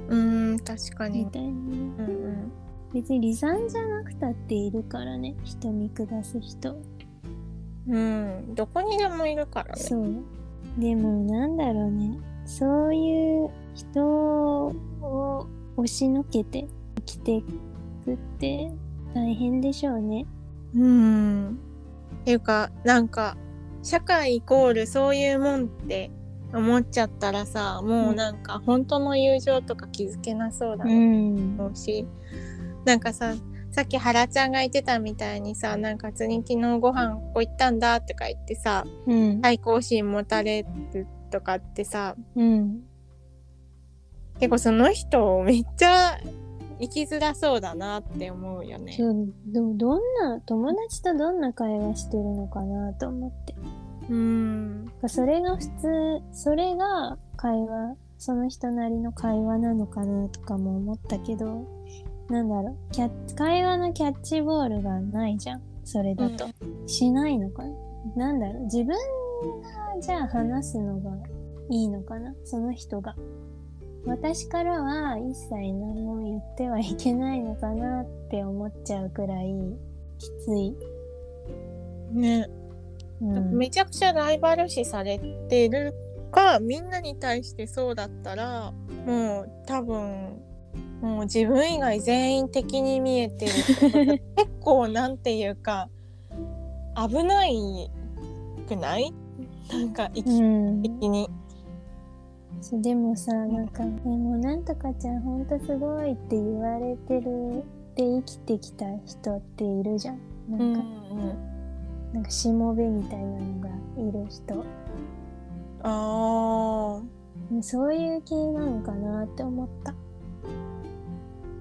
Speaker 2: うん、確かに
Speaker 1: み。たいな
Speaker 2: うんうん、
Speaker 1: 別に離散じゃなくたっているからね人見下す人
Speaker 2: うん、どこにでもいるからね。
Speaker 1: そうでもなんだろうねそういう人を押しのけて生きていくって大変でしょうね
Speaker 2: うん、っていうかなんか社会イコールそういうもんって思っちゃったらさもうなんか本当の友情とか気づけなそうだね。
Speaker 1: ん
Speaker 2: 思うしなんかささっき原ちゃんが言ってたみたいにさなんか普通に昨日ご飯ここ行ったんだとか言ってさ
Speaker 1: うん
Speaker 2: 対抗心持たれるとかってさ
Speaker 1: うん
Speaker 2: 結構その人めっちゃ生きづらそうだなって思うよね。
Speaker 1: そうどどんな友達とどんな会話してるのかなと思って
Speaker 2: うん
Speaker 1: それが普通それが会話その人なりの会話なのかなとかも思ったけどなんだろうキャッ会話のキャッチボールがないじゃんそれだと、しないのかななんだろう自分がじゃあ話すのがいいのかなその人が私からは一切何も言ってはいけないのかなって思っちゃうくらいきつい、
Speaker 2: ね、
Speaker 1: うん、
Speaker 2: めちゃくちゃライバル視されてるかみんなに対してそうだったらもう多分もう自分以外全員敵に見えてるってこと結構なんていうか危ないくないなんか生き
Speaker 1: うん
Speaker 2: 的に。
Speaker 1: そうでもさなんか「えもうなんとかちゃんほんとすごい」って言われてるって生きてきた人っているじゃんなん
Speaker 2: う
Speaker 1: か、
Speaker 2: んうん、
Speaker 1: なんかしもべみたいなのがいる人
Speaker 2: あー
Speaker 1: そういう系なのかなって思った
Speaker 2: あ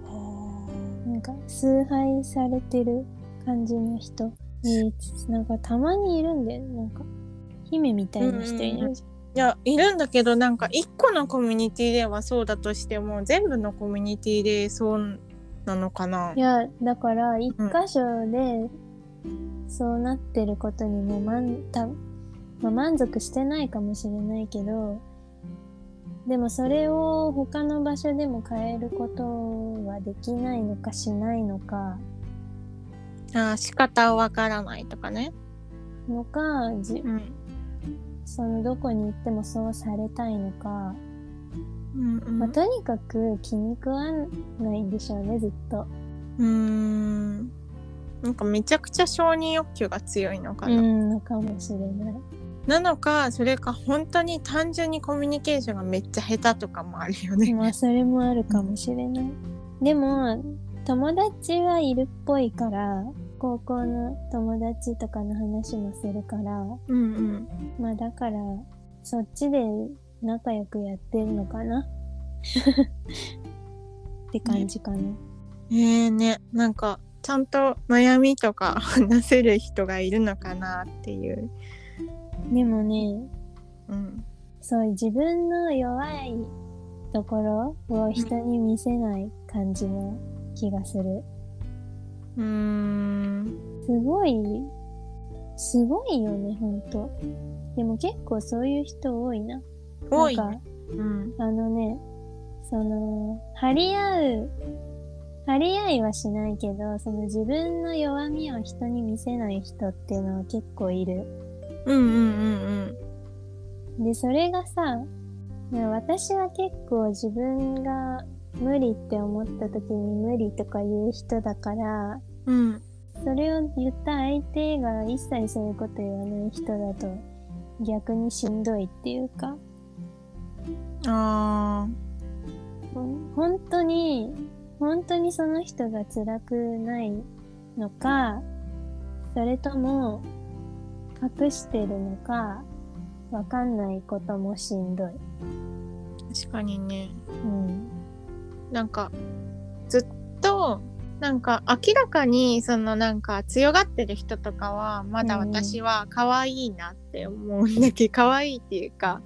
Speaker 2: ー
Speaker 1: なんか崇拝されてる感じの人えなんかたまにいるんだよねなんか姫みたいな人いないじ
Speaker 2: いやいるんだけどなんか一個のコミュニティではそうだとしても全部のコミュニティでそうなのかな
Speaker 1: ゃん、いやだから一箇所でそうなってることにも満た、まあ、満足してないかもしれないけどでもそれを他の場所でも変えることはできないのかしないのか
Speaker 2: あー仕方わからないとかね、
Speaker 1: のかじ
Speaker 2: うん、
Speaker 1: そのどこに行ってもそうされたいのか
Speaker 2: うんうん
Speaker 1: まあ、とにかく気に食わないんでしょうねずっと、
Speaker 2: うーんなんかめちゃくちゃ承認欲求が強いのか
Speaker 1: う
Speaker 2: な、
Speaker 1: ん、のかもしれない
Speaker 2: なのかそれか本当に単純にコミュニケーションがめっちゃ下手とかもある よね、
Speaker 1: まあそれもあるかもしれないでも友達はいるっぽいから高校の友達とかの話もするから
Speaker 2: うんうん
Speaker 1: まあだからそっちで仲良くやってるのかな って感じかな、
Speaker 2: えー、ねなんかちゃんと悩みとか話せる人がいるのかなっていう、
Speaker 1: でもね
Speaker 2: うん、
Speaker 1: そう自分の弱いところを人に見せない感じの気がする。
Speaker 2: うーん
Speaker 1: すごい、すごいよね、ほんと。でも結構そういう人多いな。
Speaker 2: 多い
Speaker 1: なん
Speaker 2: ね
Speaker 1: か、
Speaker 2: うん
Speaker 1: あのね、その、張り合う、張り合いはしないけど、その自分の弱みを人に見せない人っていうのは結構いる。
Speaker 2: うんうんうん
Speaker 1: でそれがさね私は結構自分が無理って思った時に無理とか言う人だから
Speaker 2: うんうん
Speaker 1: それを言った相手が一切そういうこと言わない人だと逆にしんどいっていうか
Speaker 2: あ
Speaker 1: ほん本当に本当にその人が辛くないのかそれとも隠してるのかわかんないこともしんどい。
Speaker 2: ー確かにね
Speaker 1: うん、
Speaker 2: なんかずっとなんか明らかにそのなんか強がってる人とかはまだ
Speaker 1: うん
Speaker 2: 私は可愛いなって思うんだけど可愛いっていうか、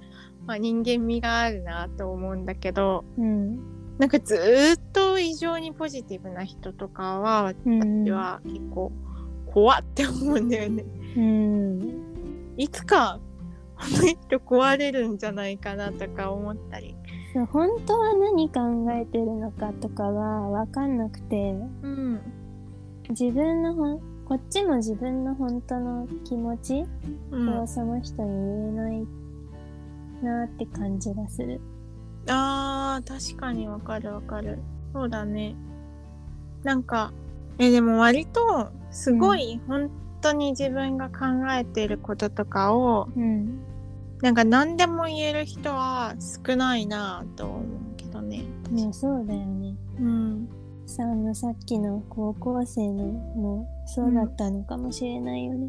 Speaker 2: まあ、人間味があるなと思うんだけど
Speaker 1: うん
Speaker 2: なんかずーっと異常にポジティブな人とかは
Speaker 1: うん
Speaker 2: 私は結構怖って思うんだよね。
Speaker 1: うん、
Speaker 2: いつかこの人壊れるんじゃないかなとか思ったり。
Speaker 1: そう本当は何考えてるのかとかが分かんなくて
Speaker 2: うん
Speaker 1: 自分のほんこっちも自分の本当の気持ち
Speaker 2: うん、
Speaker 1: をその人に言えないなって感じがする。
Speaker 2: あー確かにわかるわかるそうだねなんかえでも割とすごい本当に自分が考えていることとかを、
Speaker 1: うん、
Speaker 2: なんか何でも言える人は少ないなぁと思うけどね
Speaker 1: いやそうだよね。
Speaker 2: うん
Speaker 1: さあのさっきの高校生のもそうだったのかもしれないよね。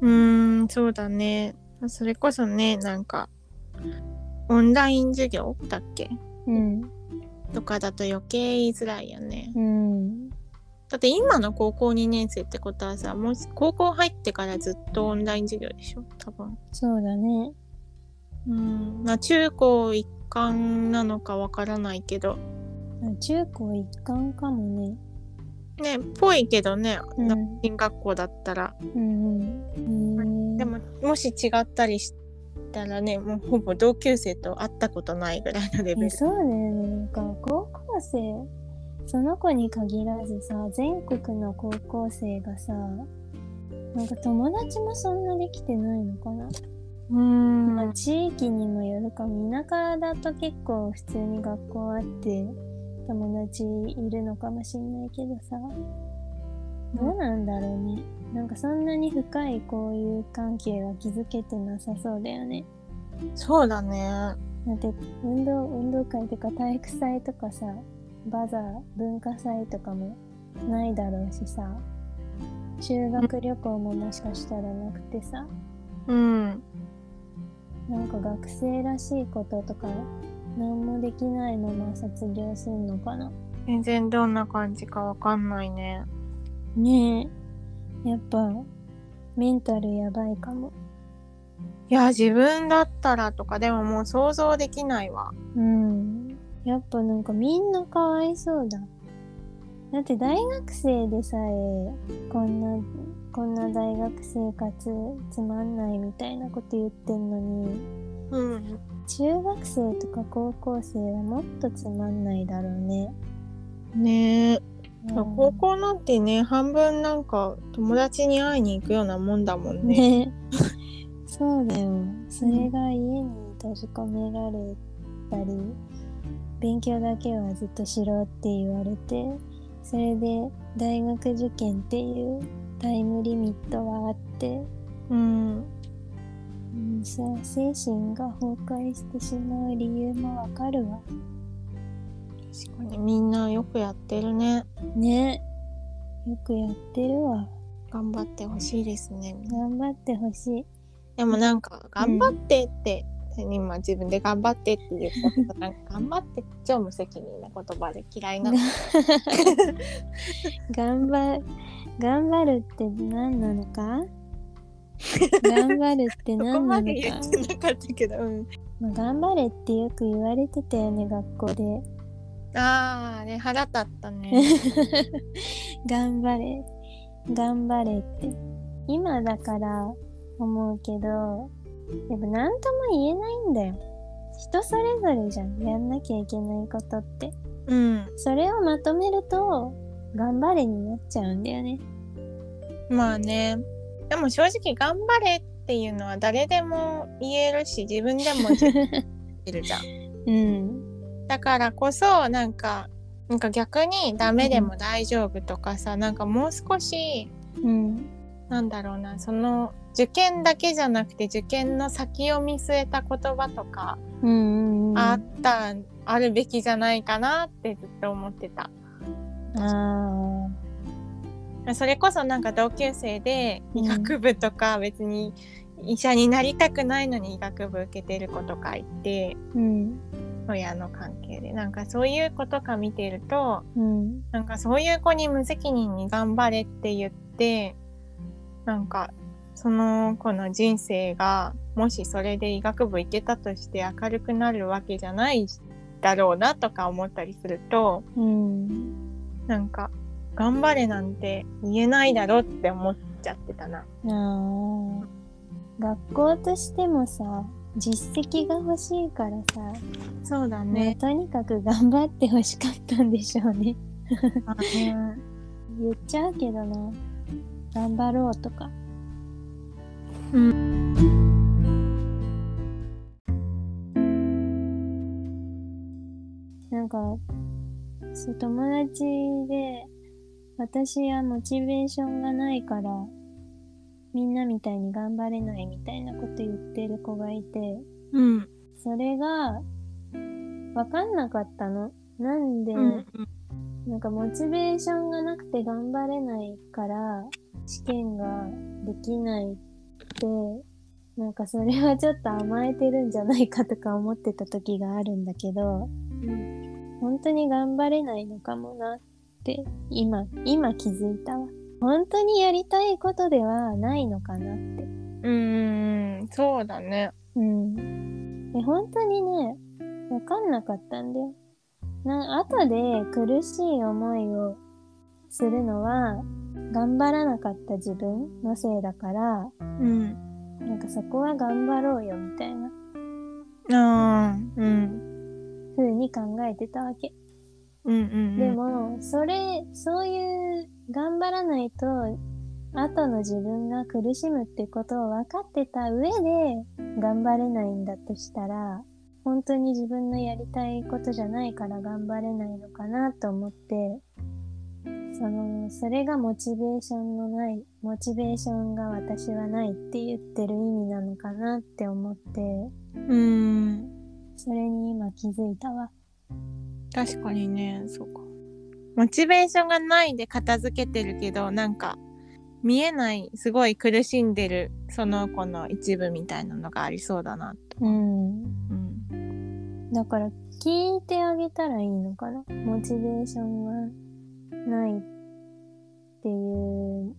Speaker 2: うーんそうだねそれこそねなんかオンライン授業だっけ
Speaker 1: うん、
Speaker 2: とかだと余計言いづらいよね
Speaker 1: うん、
Speaker 2: だって今の高校2年生ってことはさもう高校入ってからずっとオンライン授業でしょ多分
Speaker 1: そうだね。
Speaker 2: うんまあ中高一貫なのかわからないけど
Speaker 1: あ中高一貫かもね。
Speaker 2: ねぽいけどね、
Speaker 1: うん
Speaker 2: な進学校だったら
Speaker 1: うんうん。へえ
Speaker 2: でももし違ったりしたらねもうほぼ同級生と会ったことないぐらいのレベル
Speaker 1: えそうだよねなんか高校生その子に限らずさ全国の高校生がさなんか友達もそんなできてないのかな、
Speaker 2: うーん
Speaker 1: まあ地域にもよるかも田舎だと結構普通に学校あって友達いるのかもしんないけどさどうなんだろうねなんかそんなに深い交友関係は築けてなさそうだよね
Speaker 2: そうだね
Speaker 1: だって運動運動会とか体育祭とかさバザー文化祭とかもないだろうしさ修学旅行ももしかしたらなくてさ
Speaker 2: うん
Speaker 1: なんか学生らしいこととか何もできないまま卒業すんのかな
Speaker 2: 全然どんな感じかわかんないね
Speaker 1: ねえやっぱメンタルやばいかも。
Speaker 2: いや自分だったらとかでももう想像できないわ
Speaker 1: うん。やっぱなんかみんなかわいそうだ。だって大学生でさえ、こんな、こんな大学生活つまんないみたいなこと言ってんのに、
Speaker 2: うん
Speaker 1: 中学生とか高校生はもっとつまんないだろうね。
Speaker 2: ねえ
Speaker 1: うん
Speaker 2: 高校なんてね半分なんか友達に会いに行くようなもんだもんね
Speaker 1: ね。 そうだよ。それが家に閉じ込められたり、勉強だけはずっとしろって言われて、それで大学受験っていうタイムリミットはあって、
Speaker 2: うん
Speaker 1: うん、さ精神が崩壊してしまう理由もわかるわ。
Speaker 2: 確かにみんなよくやってるね
Speaker 1: ね。よくやってるわ。
Speaker 2: 頑張ってほしいですね
Speaker 1: 頑張ってほしい。
Speaker 2: でもなんか頑張ってって、今自分で頑張ってって言ったけどなんか頑張ってって超無責任な言葉で嫌い なの
Speaker 1: 頑張頑張るって何なのか頑張るって
Speaker 2: そ
Speaker 1: 何
Speaker 2: こ
Speaker 1: な
Speaker 2: ま
Speaker 1: の
Speaker 2: で言
Speaker 1: か
Speaker 2: ってなかったけど、うん、
Speaker 1: まあ頑張れってよく言われてたよね学校で
Speaker 2: あーあれ腹立っ たね
Speaker 1: 頑張れ頑張れって今だから思うけどやっぱ何とも言えないんだよ人それぞれじゃんやんなきゃいけないことって
Speaker 2: うん
Speaker 1: それをまとめると頑張れになっちゃうんだよね
Speaker 2: まあねでも正直頑張れっていうのは誰でも言えるし自分でも言える じゃん
Speaker 1: うん
Speaker 2: だからこそなんかなんか逆にダメでも大丈夫とかさ、なんかもう少し
Speaker 1: うん
Speaker 2: なんだろうなその受験だけじゃなくて受験の先を見据えた言葉とか
Speaker 1: うんうんうん
Speaker 2: あった、あるべきじゃないかなってずっと思ってた
Speaker 1: あ
Speaker 2: それこそなんか同級生で
Speaker 1: うん
Speaker 2: 医学部とか別に医者になりたくないのに医学部受けてる子とかいて
Speaker 1: ーうん
Speaker 2: 親の関係でなんかそういう子とか見てると
Speaker 1: うん
Speaker 2: なんかそういう子に無責任に頑張れって言ってなんかその子の人生がもしそれで医学部行けたとして明るくなるわけじゃないだろうなとか思ったりすると
Speaker 1: うん
Speaker 2: なんか頑張れなんて言えないだろうって思っちゃってたな。
Speaker 1: あー学校としてもさ実績が欲しいからさ、
Speaker 2: そうだ
Speaker 1: もう。とにかく頑張って欲しかったんでしょうね 言っちゃうけどな頑張ろうとかなんかそう友達で私はモチベーションがないからみんなみたいに頑張れないみたいなこと言ってる子がいて
Speaker 2: うん。
Speaker 1: それが分かんなかったのなんで、
Speaker 2: うん。
Speaker 1: なんかモチベーションがなくて頑張れないから試験ができないってなんかそれはちょっと甘えてるんじゃないかとか思ってた時があるんだけど
Speaker 2: うん。
Speaker 1: 本当に頑張れないのかもなって今今気づいたわ本当にやりたいことではないのかなって
Speaker 2: うん。そうだね。
Speaker 1: うん。で本当にね、わかんなかったんだよ。な後で苦しい思いをするのは、頑張らなかった自分のせいだから、
Speaker 2: うん。
Speaker 1: なんかそこは頑張ろうよみたいな
Speaker 2: ああ。うん。
Speaker 1: 風に考えてたわけ。
Speaker 2: うん。うん。
Speaker 1: でも、それ、そういう頑張らないと、後の自分が苦しむってことを分かってた上で、頑張れないんだとしたら、本当に自分のやりたいことじゃないから頑張れないのかなと思って、その、それがモチベーションのない、モチベーションが私はないって言ってる意味なのかなって思って、
Speaker 2: うん。
Speaker 1: それに今気づいたわ。
Speaker 2: 確かにね。そうか。モチベーションがないで片付けてるけど、なんか。見えない、すごい苦しんでる、その子の一部みたいなのがありそうだなと。
Speaker 1: うん。
Speaker 2: うん。
Speaker 1: だから聞いてあげたらいいのかなモチベーションがないっっていう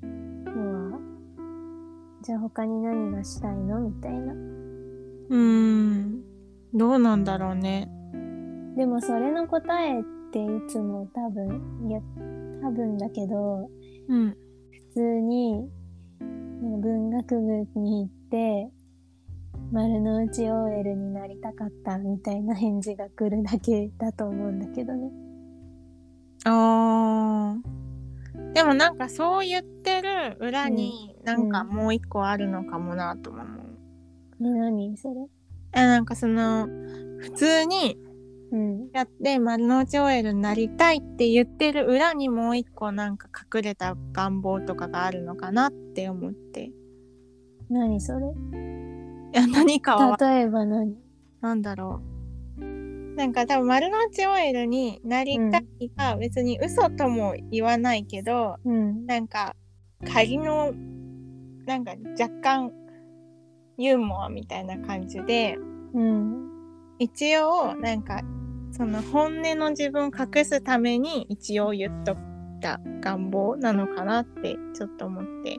Speaker 1: のは、じゃあ他に何がしたいのみたいな。
Speaker 2: うーんどうなんだろうね
Speaker 1: でもそれの答えっていつも多分、いや、多分だけど、
Speaker 2: うん
Speaker 1: 普通になんか文学部に行って、丸の内 OL になりたかったみたいな返事が来るだけだと思うんだけどね。
Speaker 2: あーでもなんかそう言ってる裏になんかもう一個あるのかもなとも思う、
Speaker 1: ね、何それ
Speaker 2: えなんかその普通に
Speaker 1: うん。
Speaker 2: やって丸の内 OL になりたいって言ってる裏にもう一個なんか隠れた願望とかがあるのかなって思ってい
Speaker 1: 何それ
Speaker 2: や何かは
Speaker 1: 例えば何
Speaker 2: なんだろうなんか多分丸の内 OL になりたいが別に嘘とも言わないけど、
Speaker 1: うん。
Speaker 2: なんか仮のなんか若干ユーモアみたいな感じで
Speaker 1: うん。
Speaker 2: 一応なんかその本音の自分を隠すために一応言っとった願望なのかなってちょっと思って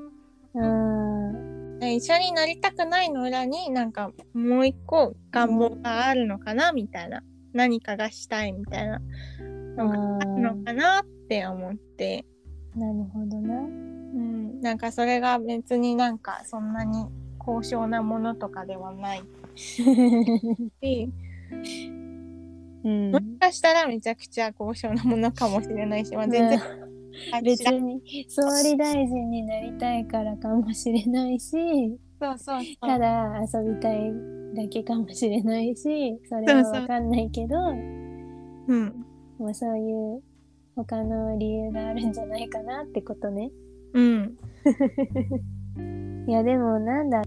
Speaker 1: あ
Speaker 2: で一緒になりたくないの裏になんかもう一個願望があるのかなみたいな何かがしたいみたいな
Speaker 1: あ。あ
Speaker 2: のがあるの
Speaker 1: ー
Speaker 2: かなって思って。
Speaker 1: なるほどな。
Speaker 2: うん、なんかそれが別になんかそんなに高尚なものとかではないし、
Speaker 1: うん
Speaker 2: も。 しかしたらめちゃくちゃ高尚なものかもしれないし、まあ、全然、あ
Speaker 1: 別
Speaker 2: 知らん
Speaker 1: に総理大臣になりたいからかもしれないし、
Speaker 2: そうそうそう
Speaker 1: ただ遊びたいだけかもしれないし、それはわかんないけど、
Speaker 2: うん
Speaker 1: もうそういう他の理由があるんじゃないかなってことね。
Speaker 2: うん
Speaker 1: いやでもなんだ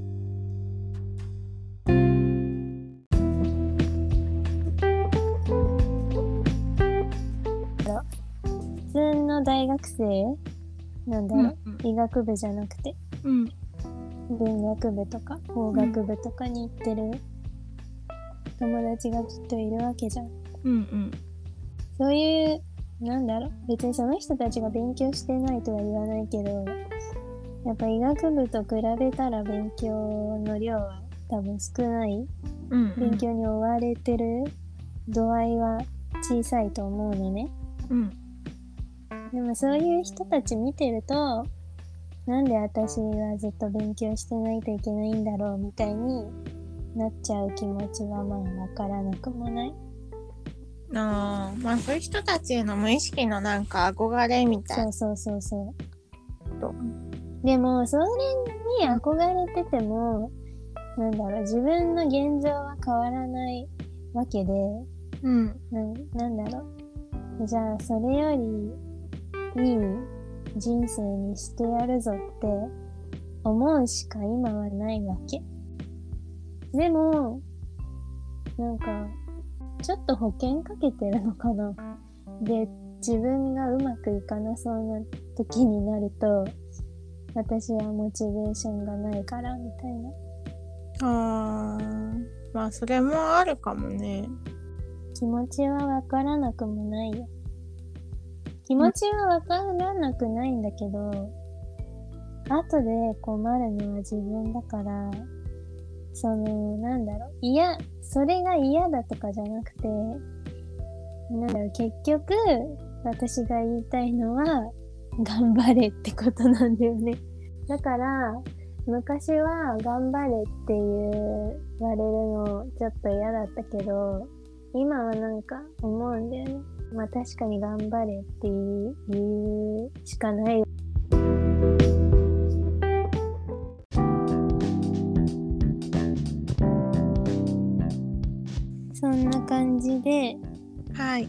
Speaker 1: 普通の大学生なんだ
Speaker 2: う
Speaker 1: ろ
Speaker 2: ん
Speaker 1: う、医学部じゃなくて
Speaker 2: うん
Speaker 1: 文学部とか法学部とかに行ってる友達がきっといるわけじゃん
Speaker 2: うん
Speaker 1: そういうなんだろう別にその人たちが勉強してないとは言わないけどやっぱ医学部と比べたら勉強の量は多分少ない
Speaker 2: うん
Speaker 1: 勉強に追われてる度合いは小さいと思うのね
Speaker 2: うん
Speaker 1: でもそういう人たち見てるとなんで私はずっと勉強してないといけないんだろうみたいになっちゃう気持ちはまあわからなくもない
Speaker 2: あーまあそういう人たちへの無意識のなんか憧れみたい
Speaker 1: そ
Speaker 2: な
Speaker 1: うそうそうそう
Speaker 2: と
Speaker 1: でもそれに憧れててもなんだろう自分の現状は変わらないわけで
Speaker 2: うん
Speaker 1: なんなんだろうじゃあそれよりいい人生にしてやるぞって思うしか今はないわけでもなんかちょっと保険かけてるのかなで自分がうまくいかなそうな時になると私はモチベーションがないからみたいな
Speaker 2: あーまあそれもあるかもね
Speaker 1: 気持ちはわからなくもないよ。気持ちはわからなくないんだけど、後で困るのは自分だから、その、なんだろう、嫌、それが嫌だとかじゃなくて、なんだろう、結局、私が言いたいのは、頑張れってことなんだよね。だから、昔は頑張れって言われるのちょっと嫌だったけど、今はなんか思うんだよね。まあ確かに頑張れっていう言うしかない。そんな感じで
Speaker 2: はい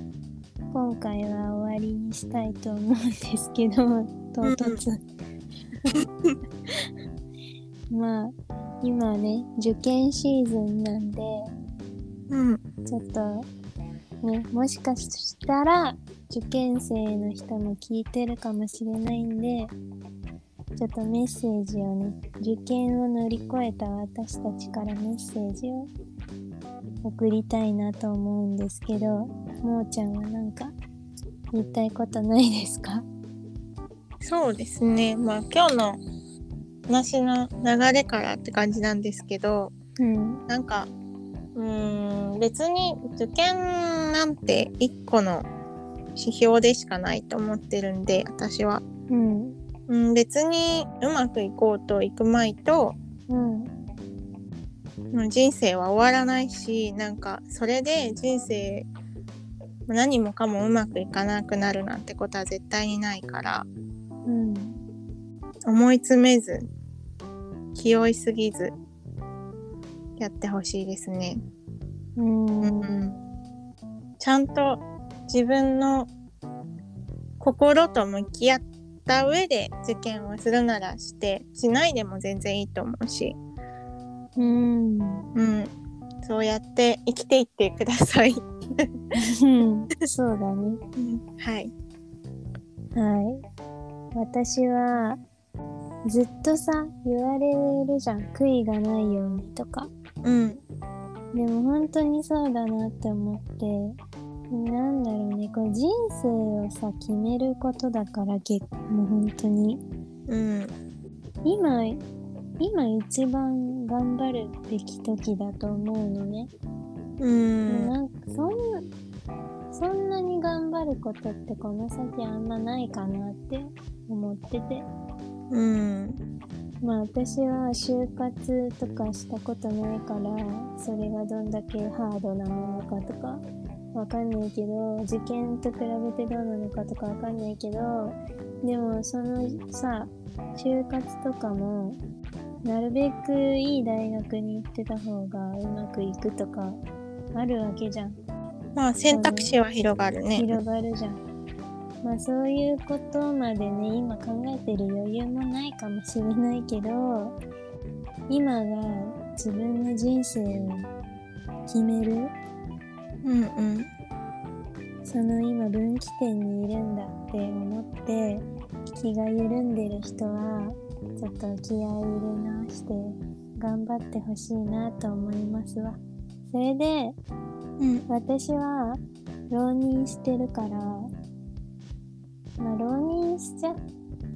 Speaker 1: 今回は終わりにしたいと思うんですけど唐突 まあ今ね受験シーズンなんで
Speaker 2: うん
Speaker 1: ちょっとねもしかしたら受験生の人も聞いてるかもしれないんでちょっとメッセージをね受験を乗り越えた私たちからメッセージを送りたいなと思うんですけどもーちゃんはなんか言いたいことないですか
Speaker 2: そうですねまあ今日の話の流れからって感じなんですけど
Speaker 1: うん
Speaker 2: なんかうーん別に受験なんて一個の指標でしかないと思ってるんで私は、
Speaker 1: うん
Speaker 2: うん、別にうまくいこうといくまいと
Speaker 1: うん
Speaker 2: もう人生は終わらないしなんかそれで人生何もかもうまくいかなくなるなんてことは絶対にないから
Speaker 1: うん
Speaker 2: 思い詰めず気負いすぎずやってほしいですね、
Speaker 1: うん
Speaker 2: ちゃんと自分の心と向き合った上で受験をするならしてしないでも全然いいと思うし、
Speaker 1: うん
Speaker 2: うん、そうやって生きていってください。
Speaker 1: そうだね
Speaker 2: はい。
Speaker 1: はい。私は、ずっとさ、言われるじゃん。悔いがないようにとか。
Speaker 2: うん。
Speaker 1: でも本当にそうだなって思って、なんだろうね、こう人生をさ、決めることだから、げもう本当に。
Speaker 2: うん。
Speaker 1: 今、今一番頑張るべき時だと思うのね。
Speaker 2: う。
Speaker 1: もうんなんかそんな、そんなに頑張ることってこの先あんまないかなって思ってて。
Speaker 2: うん。
Speaker 1: まあ私は就活とかしたことないからそれがどんだけハードなものかとかわかんないけど受験と比べてどうなのかとかわかんないけどでもそのさ就活とかもなるべくいい大学に行ってた方がうまくいくとかあるわけじゃん
Speaker 2: まあ選択肢は広がるね。
Speaker 1: 広がるじゃん。まあそういうことまでね今考えてる余裕もないかもしれないけど今が自分の人生を決める
Speaker 2: うんうん。
Speaker 1: その今分岐点にいるんだって思って気が緩んでる人はちょっと気合い入れ直して頑張ってほしいなと思いますわ。それで
Speaker 2: うん。
Speaker 1: 私は浪人してるから、まあ、浪人しちゃって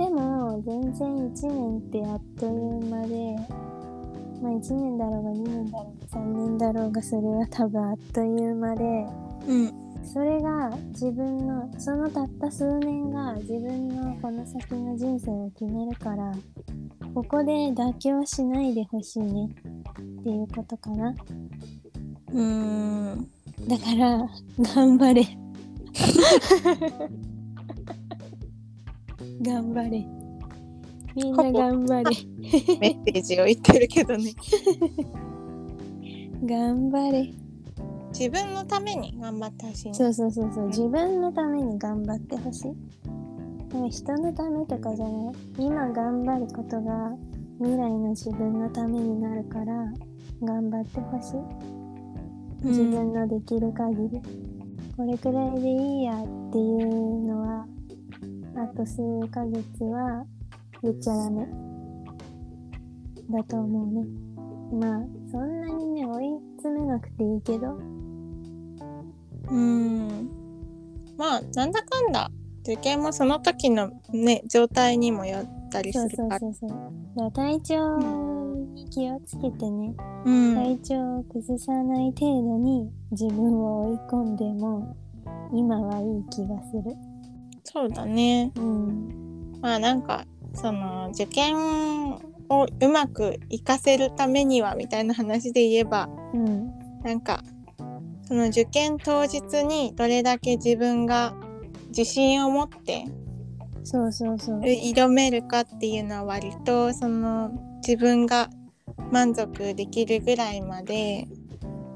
Speaker 1: も全然1年ってあっという間で、まあ、1年だろうが2年だろうが3年だろうがそれは多分あっという間で
Speaker 2: うん。
Speaker 1: それが自分のそのたった数年が自分のこの先の人生を決めるからここで妥協しないでほしいねっていうことかな。
Speaker 2: うん。
Speaker 1: だから頑張れ頑張れみんな頑張れ
Speaker 2: メッセージを言ってるけどね。
Speaker 1: 頑張れ
Speaker 2: 自分のために頑張ってほしい、ね。
Speaker 1: そうそうそうそう自分のために頑張ってほしいなんか人のためとかじゃない今頑張ることが未来の自分のためになるから頑張ってほしい自分のできる限り、これくらいでいいやっていうのはあと数ヶ月は言っちゃダメだと思うねまあそんなにね追い詰めなくていいけど
Speaker 2: うん。まあなんだかんだ受験もその時のね状態にもよったりす
Speaker 1: そう
Speaker 2: る
Speaker 1: そう
Speaker 2: から。
Speaker 1: そうそうだから体調に気をつけてね、
Speaker 2: うん。
Speaker 1: 体調を崩さない程度に自分を追い込んでも今はいい気がする
Speaker 2: そうだね。
Speaker 1: うん
Speaker 2: まあなんかその受験をうまく活かせるためにはみたいな話で言えば
Speaker 1: うん
Speaker 2: なんかその受験当日にどれだけ自分が自信を持って
Speaker 1: そうそうそう
Speaker 2: 挑めるかっていうのは割とその自分が満足できるぐらいまで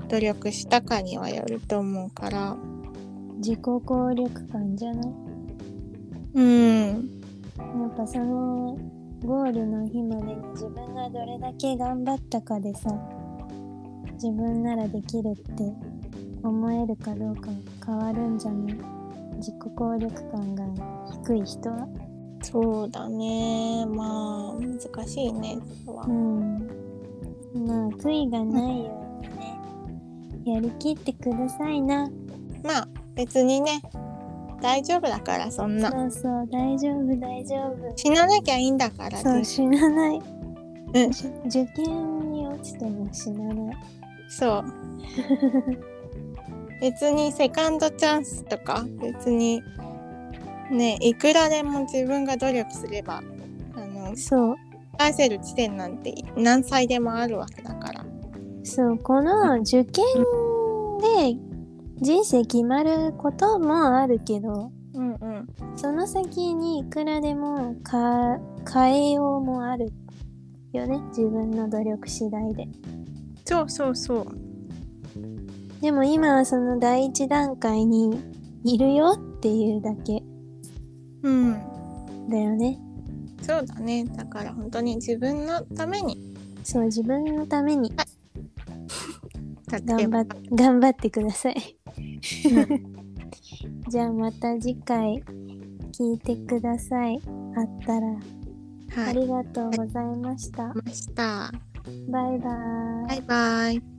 Speaker 2: 努力したかにはよると思うから
Speaker 1: 自己効力感じゃない
Speaker 2: うん
Speaker 1: やっぱそのゴールの日までに自分がどれだけ頑張ったかでさ自分ならできるって思えるかどうか変わるんじゃない自己効力感が低い人は
Speaker 2: そうだねまあ難しいねそれは
Speaker 1: うんまあ悔いがないようにねやりきってくださいな
Speaker 2: まあ別にね大丈夫だからそんな
Speaker 1: そうそう大丈夫大丈夫
Speaker 2: 死ななきゃいいんだから
Speaker 1: そう死なない
Speaker 2: うん
Speaker 1: 受験に落ちても死なない
Speaker 2: そう 別にセカンドチャンスとか別にねいくらでも自分が努力すればあの
Speaker 1: そう
Speaker 2: 返せる地点なんて何歳でもあるわけだから
Speaker 1: そうこの受験で人生決まることもあるけど
Speaker 2: うんうん
Speaker 1: その先にいくらでもか変えようもあるよね自分の努力次第で
Speaker 2: そうそうそう
Speaker 1: でも今はその第一段階にいるよっていうだけ
Speaker 2: うん
Speaker 1: だよね
Speaker 2: そうだねだから本当に自分のために
Speaker 1: そう自分のために
Speaker 2: 立て
Speaker 1: 頑張っ
Speaker 2: ば
Speaker 1: 頑張ってくださ いじゃあまた次回聞いてくださいあったら
Speaker 2: は
Speaker 1: あ
Speaker 2: い
Speaker 1: りがとうございました。
Speaker 2: ました
Speaker 1: バイバイ。
Speaker 2: バイバイ